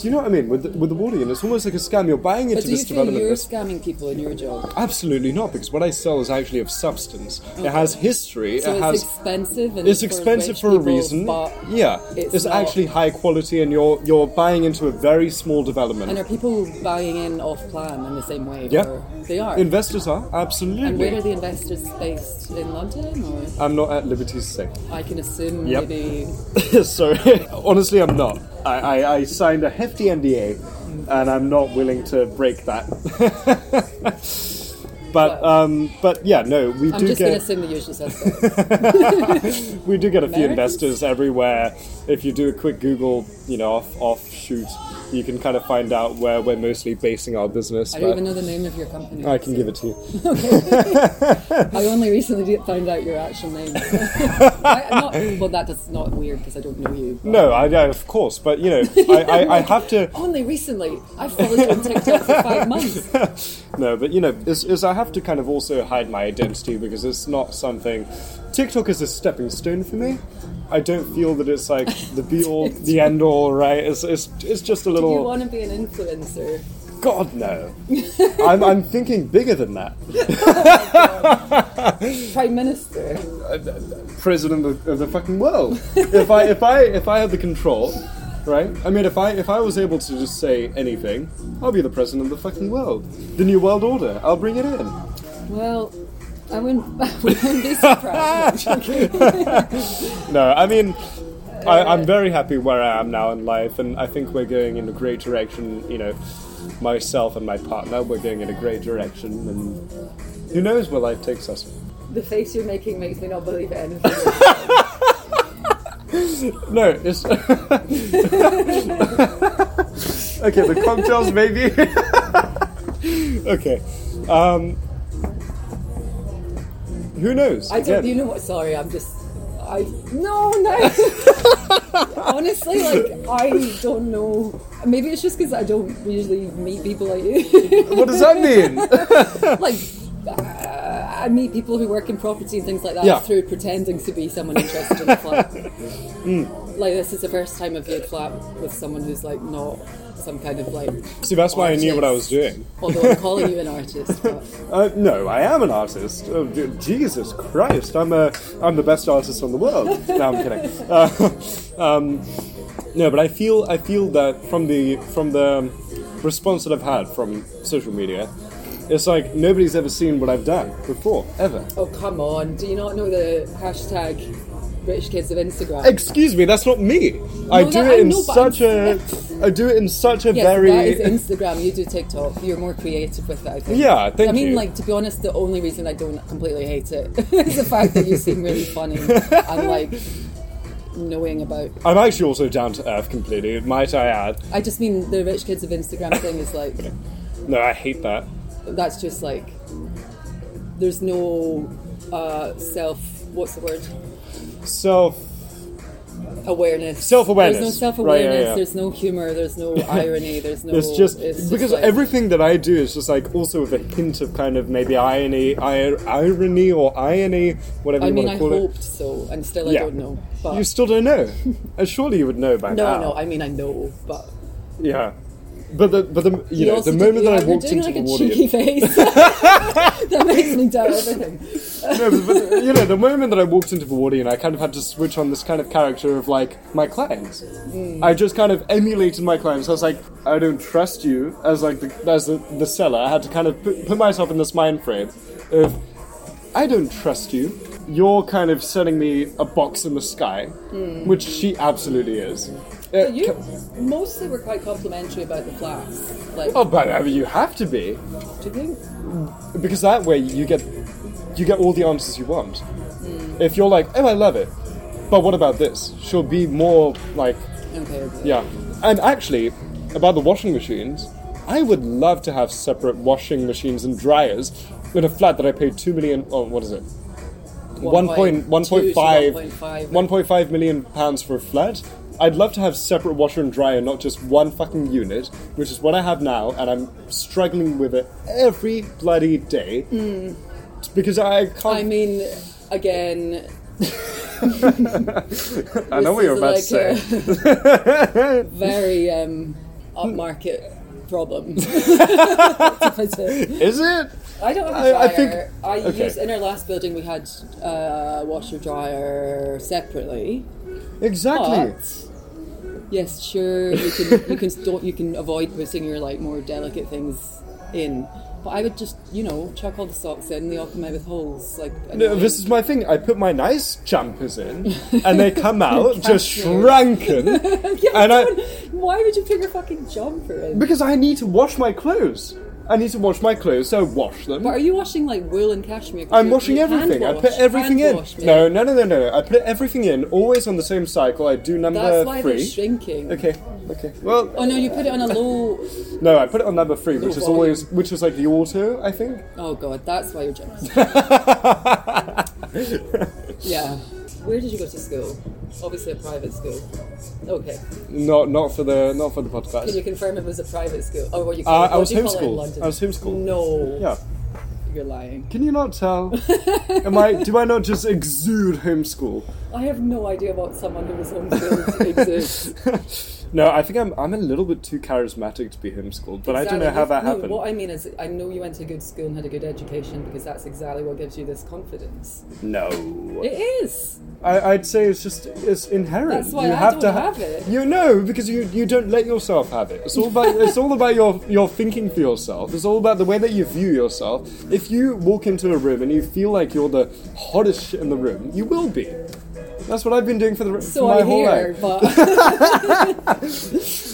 Do you know what I mean? With the, with the Wardian, it's almost like a scam. You're buying But into do you this feel development. you're this- scamming people in your job? Absolutely not, because what I sell is actually of substance. It has history. So it it's has expensive. And it's expensive rich for a people, reason. But Yeah, it's, it's not- actually high quality, and you're you're buying into a very small development. And are people buying in off plan in the same way? yeah, or- They are. Investors are and where are absolutely. the investors based in London? Or I'm not at liberty to say. I can assume Yep. maybe so honestly, I'm not. I, I, I signed a hefty NDA, and I'm not willing to break that. but um, but yeah, no, we I'm do just going to get assume the usual suspects. we do get a few Americans? investors everywhere. If you do a quick Google, you know, off offshoot, you can kind of find out where we're mostly basing our business. I don't but even know the name of your company. I can give it to you. I only recently did- found out your actual name. I, I'm not, well, that is not weird because I don't know you. but- No, I, I of course, but you know, I, I, I have to. Only recently. I've followed you on TikTok for five months. No, but you know, is, is I have to kind of also hide my identity because it's not something. TikTok is a stepping stone for me. I don't feel that it's like the be all, the end all, right? It's, it's, it's just a Do little. you want to be an influencer? God, no. I'm, I'm thinking bigger than that. Prime Minister? President of, of the fucking world. If I, if I, if I had the control, right? I mean, if I, if I was able to just say anything, I'll be the president of the fucking world. The new world order. I'll bring it in. Well, I wouldn't, I wouldn't be surprised. No, I mean, I, I'm very happy where I am now in life, and I think we're going in a great direction. You know, myself and my partner, we're going in a great direction, and who knows where life takes us. the face you're making makes me not believe anything. No, it's okay. The cocktails, maybe. okay. Um, who knows? I don't. Again. You know what? Sorry, I'm just. I no no. Honestly, like I don't know. Maybe it's just because I don't usually meet people like you. What does that mean? like uh, I meet people who work in property and things like that Yeah. through pretending to be someone interested in the flat. Mm. Like this is the first time I've viewed flat with someone who's like not some kind of like. See, that's why I knew what I was artist. doing. Although I'm calling you an artist, but Uh, no, I am an artist. Oh, d- Jesus Christ, I'm a, I'm the best artist in the world. No, I'm kidding. Uh, um, no, but I feel I feel that from the from the response that I've had from social media, it's like nobody's ever seen what I've done before, ever. oh come on! Do you not know the hashtag rich kids of Instagram? Excuse me, that's not me. I No, do that- it I in know, but I'm such a I do it in such a Yes, very that is Instagram. You do TikTok. You're more creative with it, I think. Yeah, thank I mean, you. like to be honest, the only reason I don't completely hate it is the fact that you seem really funny and like knowing about. I'm actually also down to earth completely. Might I add? I just mean the rich kids of Instagram thing is like No, I hate that. that's just like there's no uh, self. What's the word? Self. Awareness. Self-awareness. There's no self Right, awareness. yeah, yeah. There's no humor. There's no irony. There's no. It's just, because like- everything that I do is just like also with a hint of kind of maybe irony, ir- irony or irony, whatever I you mean, want I to call hoped so, and still I Yeah. don't know. it. But You still don't know. And surely you would know by No, now. no, I mean I know, but yeah. But the but the You you know also the did- moment yeah, that I you're walked doing into like the a audience, cheeky face. that makes me doubt everything. no, but, but, you know, the moment that I walked into the audience, I kind of had to switch on this kind of character of like my clients. I just kind of emulated my clients. I was like, I don't trust you as like the, as the, the seller. I had to kind of put, put myself in this mind frame of I don't trust you. You're kind of sending me a box in the sky, which she absolutely is. Uh, But you mostly were quite complimentary about the flats. Like, oh, but I mean, you have to be do you think? because that way you get you get all the answers you want. If you're like, oh, I love it, but what about this? She'll be more like, Okay. okay. yeah. And actually, about the washing machines, I would love to have separate washing machines and dryers in a flat that I paid two million. Oh, what is it? One point one point 1.2 to five 1.5. one point five million pounds for a flat. I'd love to have separate washer and dryer, not just one fucking unit, which is what I have now, and I'm struggling with it every bloody day because Mm. I can't. I mean, again, I know what you're about to this say. is like a very um, upmarket problem. Is it? I don't have a dryer. I- I, I think- okay. used in our last building we had uh, washer dryer separately. Exactly. But- Yes, sure. You can you can don't you can avoid putting your like more delicate things in. But I would just, you know, chuck all the socks in. They all come out with holes. Like No, this is my thing. I put my nice jumpers in, and they come out just shrunken. yeah, and I- don't- why would you put your fucking jumper in? Because I need to wash my clothes. I need to wash my clothes, so I wash them. But are you washing like wool and cashmere? 'Cause I'm you- washing you hand everything. I wash, put everything hand in. wash, mate. no, no, no, no, no. I put everything in, always on the same cycle. I do number that's why three. they're shrinking. Okay, okay. Well, Oh no, you put it on a low. no, I put it on number three, which is volume. always, which is like the auto, I think. Oh god, that's why you're jealous. Oh. yeah. Where did you go to school? Obviously a private school. Okay. Not, not for the, not for the Can you podcast. confirm it was a private school? Oh, what you Uh, call it? I what was do you call it in homeschooled. London? I was homeschooled. No, Yeah. you're lying. Can you not tell? Am I? Do I not just exude homeschool? I have no idea what someone who was homeschooled exists. No, I think I'm. I'm a little bit too charismatic to be homeschooled, but I don't Exactly. know how that No, happened. What I mean is, I know you went to a good school and had a good education because that's exactly what gives you this confidence. No, It is. I, I'd say it's just it's inherent. That's why you I have to don't ha- have it. You know, because you you don't let yourself have it. It's all about it's all about your your thinking for yourself. It's all about the way that you view yourself. If you walk into a room and you feel like you're the hottest shit in the room, you will be. That's what I've been doing for the So my I whole hear, life. but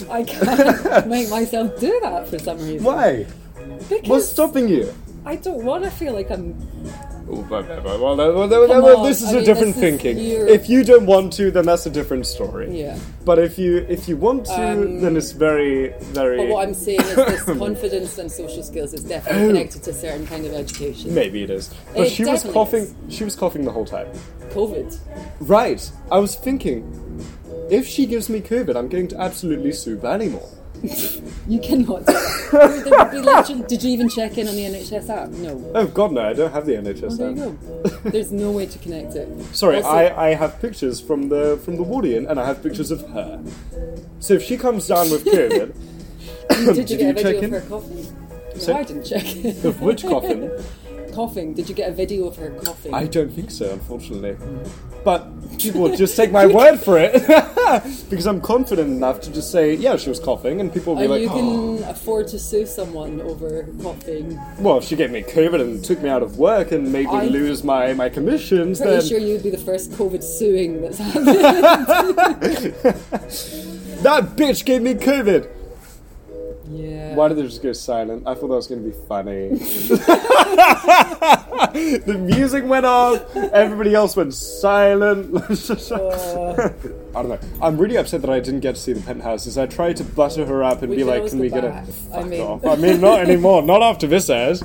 I can't make myself do that for some reason. Why? Because What's stopping you? I don't want to feel like I'm. Well, well, well, well, Come well, on, this is I a mean, different this is thinking. your- If you don't want to, then that's a different story. Yeah. But if you if you want to, Um, then it's very very. But what I'm saying is, this confidence and social skills is Oh. definitely connected to certain kind of education. Maybe it is. But It she was definitely coughing. She was coughing the whole time. COVID. Right. I was thinking, if she gives me COVID, I'm going to absolutely sue Ballymore. You cannot. do that. there would be literally, did you even check in on the NHS app? No. Oh God, no! I don't have the Well, NHS. there you now. go. There's no way to connect it. Sorry, Also- I, I have pictures from the from the Wardian, and I have pictures of her. So if she comes down with COVID, Did you Did you get a video check of in? her coughing? No, So- I didn't check in. of which coffin? coughing. Did you get a video of her coughing? I don't think so, unfortunately. But people would just take my word for it because I'm confident enough to just say, yeah, she was coughing, and people would be and like, you "Oh, can afford to sue someone over coughing. well, she gave me COVID and took me out of work and made me I'm lose my, my commissions. Pretty Then sure you'd be the first COVID suing that's happened. that bitch gave me COVID. yeah. Why did they just go silent? I thought that was going to be funny. the music went off. Everybody else went silent. Uh. I don't know. I'm really upset that I didn't get to see the penthouses. I tried to butter her up and We be can like, always "Can go we get back. a?" I mean- off. I mean, not anymore. Not after this airs.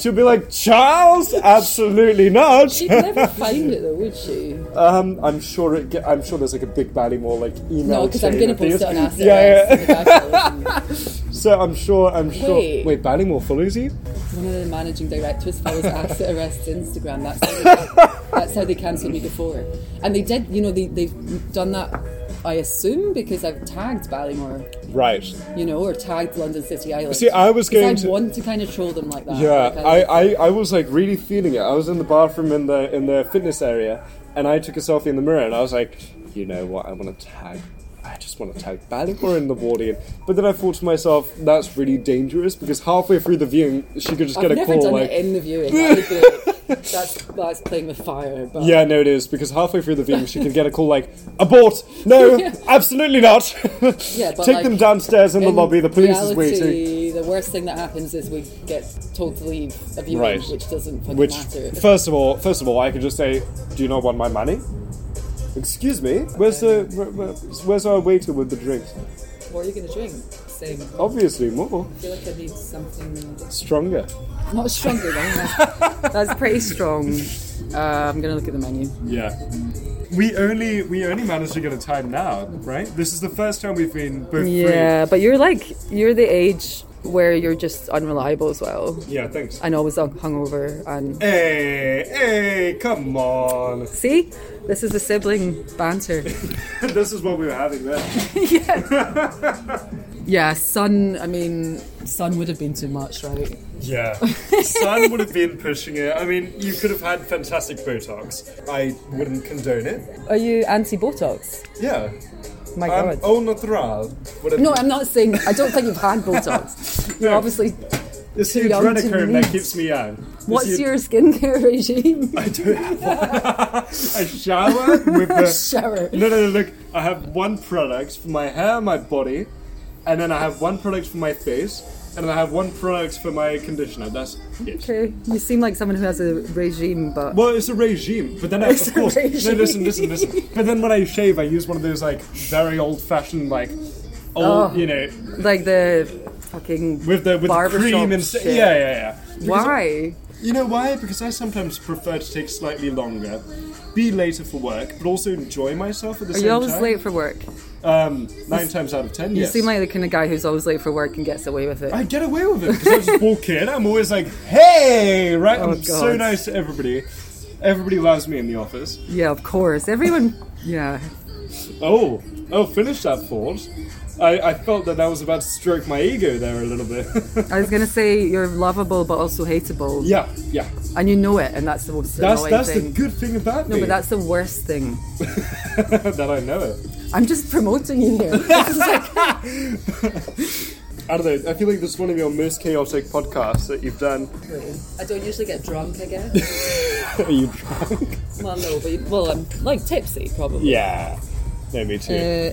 She'll be like, "Charles, absolutely not." She'd never find it though, would she? Um, I'm sure it. Get, I'm sure there's like a big Ballymore like email. No, because I'm going chain to of these. post it on Asset Yeah, yeah. X in the back alley. So I'm sure, I'm sure. Wait. wait Ballymore follows you? One of the managing directors follows Asset Arrest's Instagram. That's how, they, that's how they cancelled me before. And they did, you know, they, they've done that, I assume, because I've tagged Ballymore. Right. you know, or tagged London City Island. See, I was 'Cause going I to- want to kind of troll them like that. Yeah, Like, I, I, I was like really feeling it. I was in the bathroom in the in the fitness area, and I took a selfie in the mirror, and I was like, you know what? I want to tag. I just want to tag Ballymore in the Wardian. But then I thought to myself, that's really dangerous because halfway through the viewing, she could just I've get a never call done like. it in the viewing. That would be- that's that's playing with fire. But Yeah, no, it is because halfway through the viewing, she could get a call like, "Abort! No, absolutely not! Yeah, but Take like, them downstairs in, the in lobby. The police reality, is waiting." The worst thing that happens is we get told to leave a viewing, Right. which doesn't fucking Which, matter. first of all, first of all, I could just say, "Do you not want my money?" Excuse me. Where's the where, where- where's our waiter with the drinks? what are you going to drink? Same. I Obviously, more feel like I need something stronger. not stronger. Than that. That's pretty strong. Uh, I'm going to look at the menu. Yeah. We only we only managed to get a time now, right? This is the first time we've been both Yeah, but you're like you're the age where you're just unreliable as well, Yeah. Thanks. and always hungover and Hey, hey, come on. See, this is the sibling banter. this is what we were having there. yeah, son. I mean, son would have been too much, right? Yeah. Sun would have been pushing it. I mean, you could have had fantastic Botox. I wouldn't condone it. Are you anti Botox? Yeah. My I'm God. au natural. Whatever. No, I'm not saying. I don't think you've had Botox. You're No. obviously. It's too the young to adrenochrome that need. keeps me young. It's What's the- your skincare regime? I don't have one. I shower with the. Shower. No, no, no, look. I have one product for my hair, my body, and then I have one product for my face, and then I have one product for my conditioner. That's it. Okay. You seem like someone who has a regime, but Well, it's a regime, but then I, It's of a course. No, regime. listen, listen, listen. But then when I shave, I use one of those like very old-fashioned, like old, Oh. you know, like the fucking with the with the barbershop cream and shit. yeah, yeah, yeah. Because- Why? You know why? Because I sometimes prefer to take slightly longer, be later for work, but also enjoy myself at the Are same you always time. late for work? Um, nine times out of ten, You yes. seem like the kind of guy who's always late for work and gets away with it. I get away with it because I just walk in. I'm always like, "Hey, right? Oh, I'm so God. nice to everybody. Everybody loves me in the office." yeah, of course. Everyone. Yeah. Oh, oh, finish that thought. I, I felt that that was about to stroke my ego there a little bit. I was gonna say you're lovable but also hateable, yeah, yeah. and you know it, and that's the most That's annoying that's the thing. good thing about no, me. but that's the worst thing. that I know it. I'm just promoting you here. I don't know. I feel like this is one of your most chaotic podcasts that you've done. I don't usually get drunk, I guess. Are you drunk? well, no, but well, I'm like tipsy probably. Yeah. No, me too. Uh,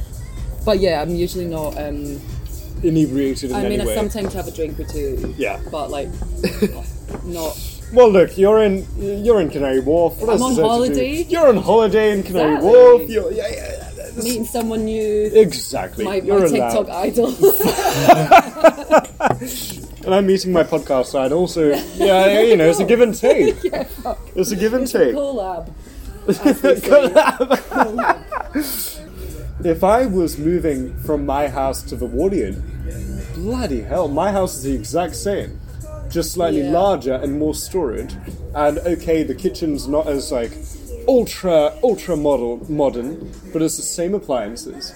but yeah, I'm usually not. Um, Inebriated in I mean, any I way. sometimes have a drink or two. Yeah. But like, not. Well, look, you're in you're in Canary Wharf. What I'm on else is there to do? holiday. You're on holiday in Canary Exactly. Wharf. You're, yeah, yeah, yeah, that's- Meeting someone new. exactly. My, you're my allowed. TikTok idol. And I'm meeting my podcast side also. Yeah, you know, it's a give and take. It's a give and take. collab. If I was moving from my house to the Wardian, bloody hell, my house is the exact same, just slightly Yeah. larger and more storage. And okay, the kitchen's not as like ultra ultra model modern, but it's the same appliances,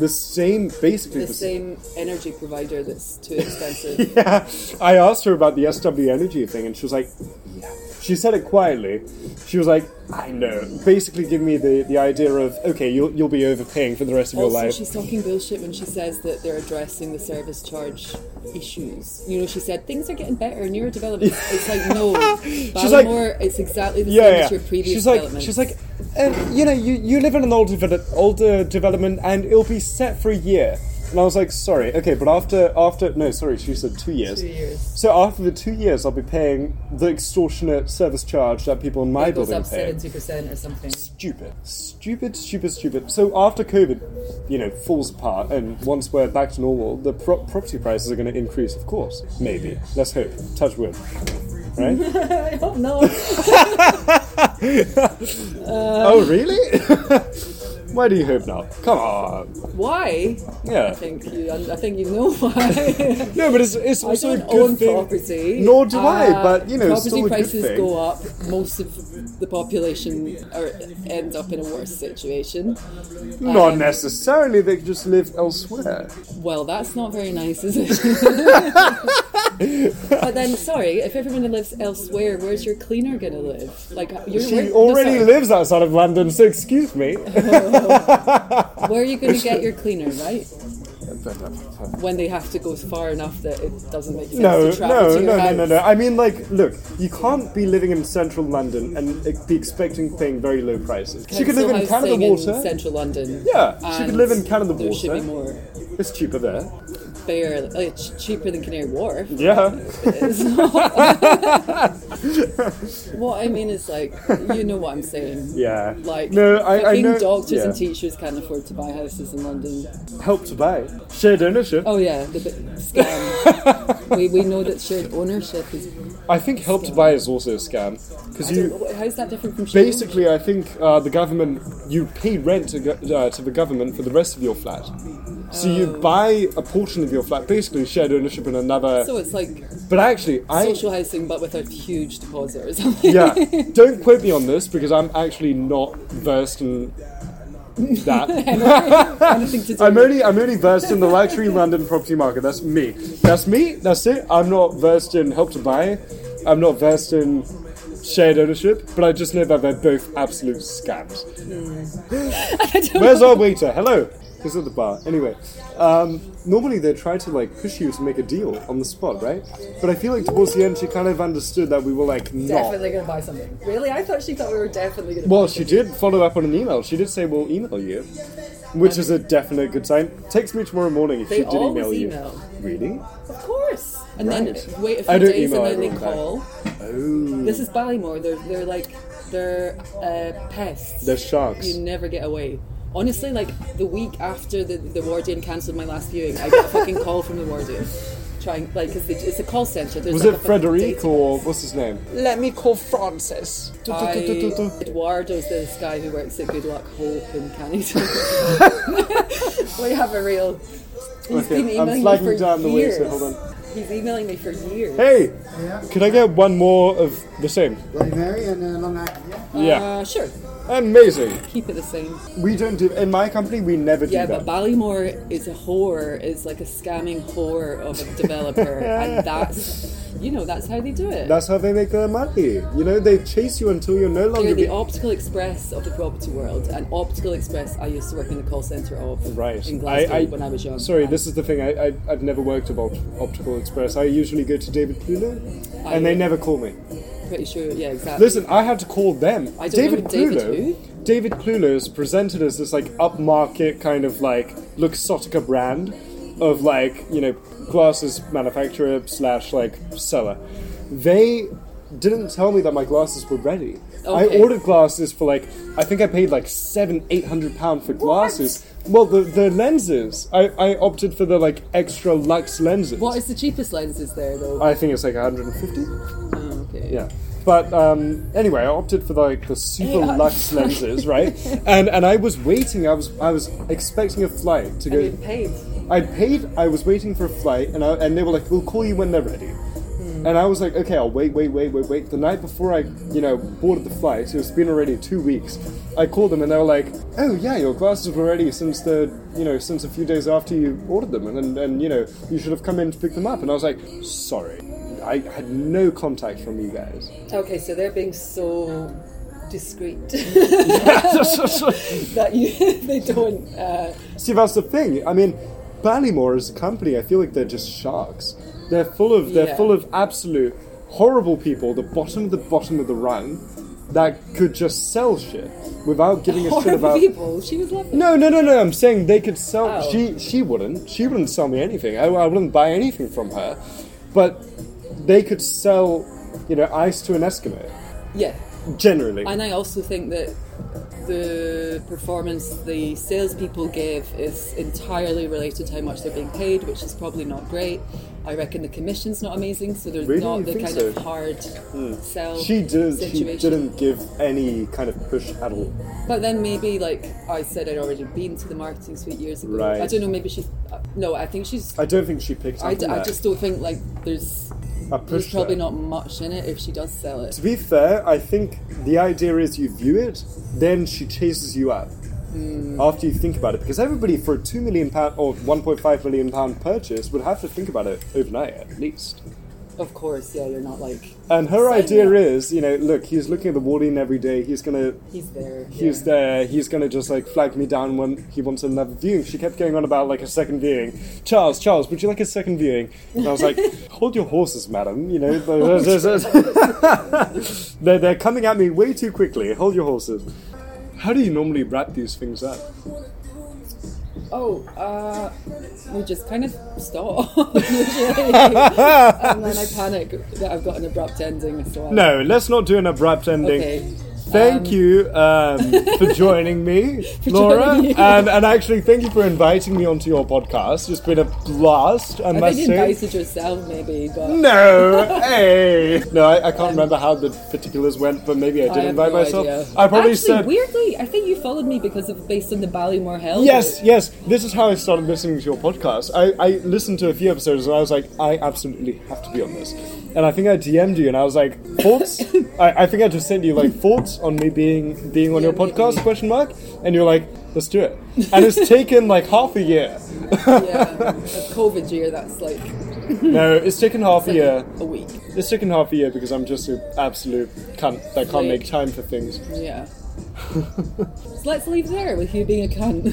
the same basically Hmm. The same energy provider that's too expensive. yeah, I asked her about the SW Energy thing, and she was like, yeah. She said it quietly. She was like, I know. Basically, give me the, the idea of, okay, you'll, you'll be overpaying for the rest of your Also, life. she's talking bullshit when she says that they're addressing the service charge issues. You know, she said things are getting better, newer developments. It's like no, She's like- Ballinamore, it's exactly the same yeah, as yeah. your previous She's like, development. she's like, and you know, you, you live in an older devel- older development, and it'll be set for a year. And I was like, sorry, okay, but after after no, sorry, she said two years. Two years. So after the two years, I'll be paying the extortionate service charge that people in my it goes building up pay. seventy percent or something. stupid, stupid, stupid, stupid. So after COVID, you know, falls apart, and once we're back to normal, the pro- property prices are going to increase, of course. Maybe. Let's hope. Touch wood. Right? I don't know. oh, really? Why do you hope not? Come on. Why? Yeah. I think you. I think you know why. No, but it's, it's I also don't a good own thing. property. Nor do I, Uh, but you know, property it's still a good prices thing. go up. Most of the population are, end up in a worse situation. Not necessarily. They just live elsewhere. Well, that's not very nice, is it? but then, sorry, if everyone lives elsewhere, where's your cleaner going to live? Like, uh, you're, She where, already no, sorry, lives outside of London, so excuse me. Where are you going to get your cleaner, right? When they have to go far enough that it doesn't make sense no, to travel no, to your no, no, house. no, no. I mean, like, look, you can't be living in central London and e- be expecting paying very low prices. She could Council live in Canada housing Water. in central London. Yeah, she could and live in Canada There should be Water. more. it's cheaper there. Fair, like, ch- cheaper than Canary Wharf. Yeah. What I mean is, like, you know what I'm saying. Yeah. Like, no, I, I fucking know. doctors yeah. and teachers can't afford to buy houses in London. Help to buy. Shared ownership. Oh yeah, the bit scam. we, we know that shared ownership is. I think help to buy is also a scam. Because I don't you. know, how's that different from shared Basically, I think uh, the government, you pay rent to, go, uh, to the government for the rest of your flat. So you Oh. buy a portion of your flat, basically shared ownership in another. ownership? So it's like but actually, I. social housing, but with a huge deposit or something. yeah, don't quote me on this because I'm actually not versed in that. Anything to do I'm with- only I'm only versed in the luxury London property market. That's me. That's me. That's it. I'm not versed in help to buy. I'm not versed in shared ownership. But I just know that they're both absolute scams. Where's our waiter? Hello. It's at the bar. Anyway, um, normally they try to like push you to make a deal on the spot, right? But I feel like towards the end she kind of understood that we were like not. Definitely gonna buy something. Really? I thought she thought we were definitely gonna. Well, she did follow up on an email. She did say we'll email you, which is a definite good sign. Text me tomorrow morning if They she did always email you. email. Really? Of course. And Right. then wait a I few don't days email and then they everyone back. call. Oh, This is Ballymore. They're they're like they're uh, pests. they're sharks. You never get away. Honestly, like the week after the, the Wardian cancelled my last viewing, I got a fucking call from the Wardian. Trying, like, because it's a call centre. There's Was like it a fucking Frederic data- or what's his name? Let me call Francis. I, Eduardo's this guy who works at Good Luck Hope in Canada. we have a real. He's Okay, been I'm emailing me flagging for down the way, years. so hold on. He's emailing me for years. Hey, can I get one more of the same? Bloody Mary and uh, Long Island. Yeah. Yeah, Uh, sure, amazing. keep it the same. We don't do in my company. We never Yeah, do that. but Ballymore is a whore, is like a scamming whore of a developer, and that's you know that's how they do it. That's how they make their money. You know, they chase you until you're no They're longer. the be- optical express of the property world, and optical express I used to work in the call centre of Right. in I, Glasgow I, when I was young. Sorry, and this is the thing. I, I, I've never worked at Opt- Optical Express. I usually go to David Pluto, I- and they never call me. pretty sure, yeah, exactly. Listen, I had to call them. I don't David know David Pluto. David Pluto is presented as this like upmarket kind of like Luxottica brand of like you know glasses manufacturer slash like seller. They didn't tell me that my glasses were ready. I Okay. ordered glasses for like I think I paid like seven eight hundred pound for glasses. Well, the the lenses I I opted for the like extra lux lenses. What is the cheapest lenses there though? I think it's like 150. oh, okay. Yeah. But um, anyway, I opted for like the super Yeah. luxe lenses, right? And and I was waiting. I was I was expecting a flight to And go. you paid. I paid. I was waiting for a flight, and I, and they were like, "We'll call you when they're ready." And I was like, "Okay, I'll wait, wait, wait, wait, wait." The night before I, you know, boarded the flight, so it's been already two weeks. I called them, and they were like, "Oh yeah, your glasses were ready since the, you know, since a few days after you ordered them, and and, and you know, you should have come in to pick them up." And I was like, "Sorry." I had no contact from you guys. Okay, so they're being so discreet that you they don't. Uh, See, that's the thing. I mean, Ballymore as a company, I feel like they're just sharks. They're full of they're Yeah. full of absolute horrible people, the bottom of the bottom of the rung, that could just sell shit without giving a shit horrible about. people. She was lovely. No, no, no, no. I'm saying they could sell. Oh. She she wouldn't. She wouldn't sell me anything. I, I wouldn't buy anything from her. But they could sell, you know, ice to an Eskimo. Yeah. Generally, And I also think that the performance the salespeople give is entirely related to how much they're being paid, which is probably not great. I reckon the commission's not amazing, so there's Really? You not the think kind of so? Hmm. hard sell she did. situation. She didn't give any kind of push at all. But then maybe, like I said, I'd already been to the marketing suite years ago. Right. I don't know. Maybe she's uh, no. I think she's. I don't think she picked up. I, d- on I that. just don't think like there's I there's pushed probably her. not much in it if she does sell it. To be fair, I think the idea is you view it, then she chases you up after you think about it. Because everybody for a two million pound or one point five million pound purchase would have to think about it overnight at least. Of course, yeah. You're not like And her Sign idea me up. is, you know, look, he's looking at the warden every day. He's gonna, he's there. he's yeah. there. He's gonna just like flag me down when he wants another viewing. She kept going on about like a second viewing. Charles, Charles, would you like a second viewing? And I was like, hold your horses, madam. You know, They're, they're coming at me way too quickly. Hold your horses. How do you normally wrap these things up? Oh, uh, we just kind of stop. usually. and then I panic that I've got an abrupt ending. So I, No, let's not do an abrupt ending. Okay. Thank you um, for joining me, Laura, joining me. and and actually thank you for inviting me onto your podcast. It's been a blast. I, I must Hmm. think you say. invited yourself, maybe, but No, hey, no, I, I can't remember how the particulars went, but maybe I I did have invite no myself. idea. I probably Actually, said weirdly, I think you followed me because of based on the Ballymore Hill. Yes, yes. This is how I started listening to your podcast. I, I listened to a few episodes and I was like, I absolutely have to be on this. And I think I DM'd you and I was like, thoughts? I, I think I just sent you like thoughts on me being being on your Yeah, podcast maybe. question mark. And you're like, let's do it. And it's taken like half a year. yeah, um, a COVID year. That's like No, it's taken half a year. a week. It's taken half a year because I'm just an absolute cunt that can't Like- make time for things. Yeah. So let's leave there with you being a cunt.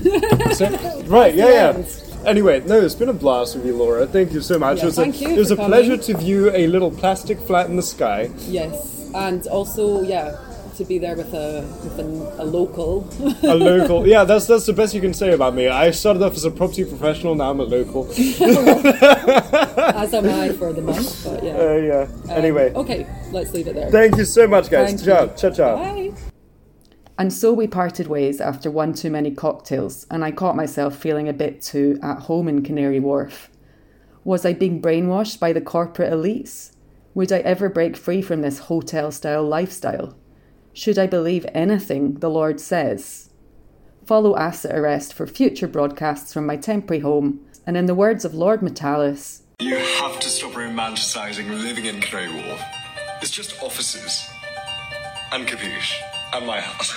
So- right, yeah, yeah. Anyway, no, it's been a blast with you, Laura. Thank you so much. Yeah, it was thank a, you it was for a pleasure coming. to view a little plastic flat in the sky. yes, and also yeah, to be there with a with a, a local. A local. yeah, that's that's the best you can say about me. I started off as a property professional, now I'm a local. as am I for the month. But yeah. Uh, yeah. Anyway, Okay, let's leave it there. thank you so much, guys. Um, Thank ciao, you. ciao, ciao. Bye. And so we parted ways after one too many cocktails, and I caught myself feeling a bit too at home in Canary Wharf. Was I being brainwashed by the corporate elites? Would I ever break free from this hotel style lifestyle? Should I believe anything the Lord says? Follow Asset Arrest for future broadcasts from my temporary home, and in the words of Lord Metalis, You have to stop romanticizing living in Canary Wharf. It's just offices. And capiche. And my house.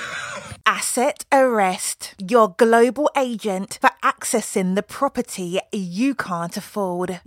Asset Arrest, your global agent for accessing the property you can't afford.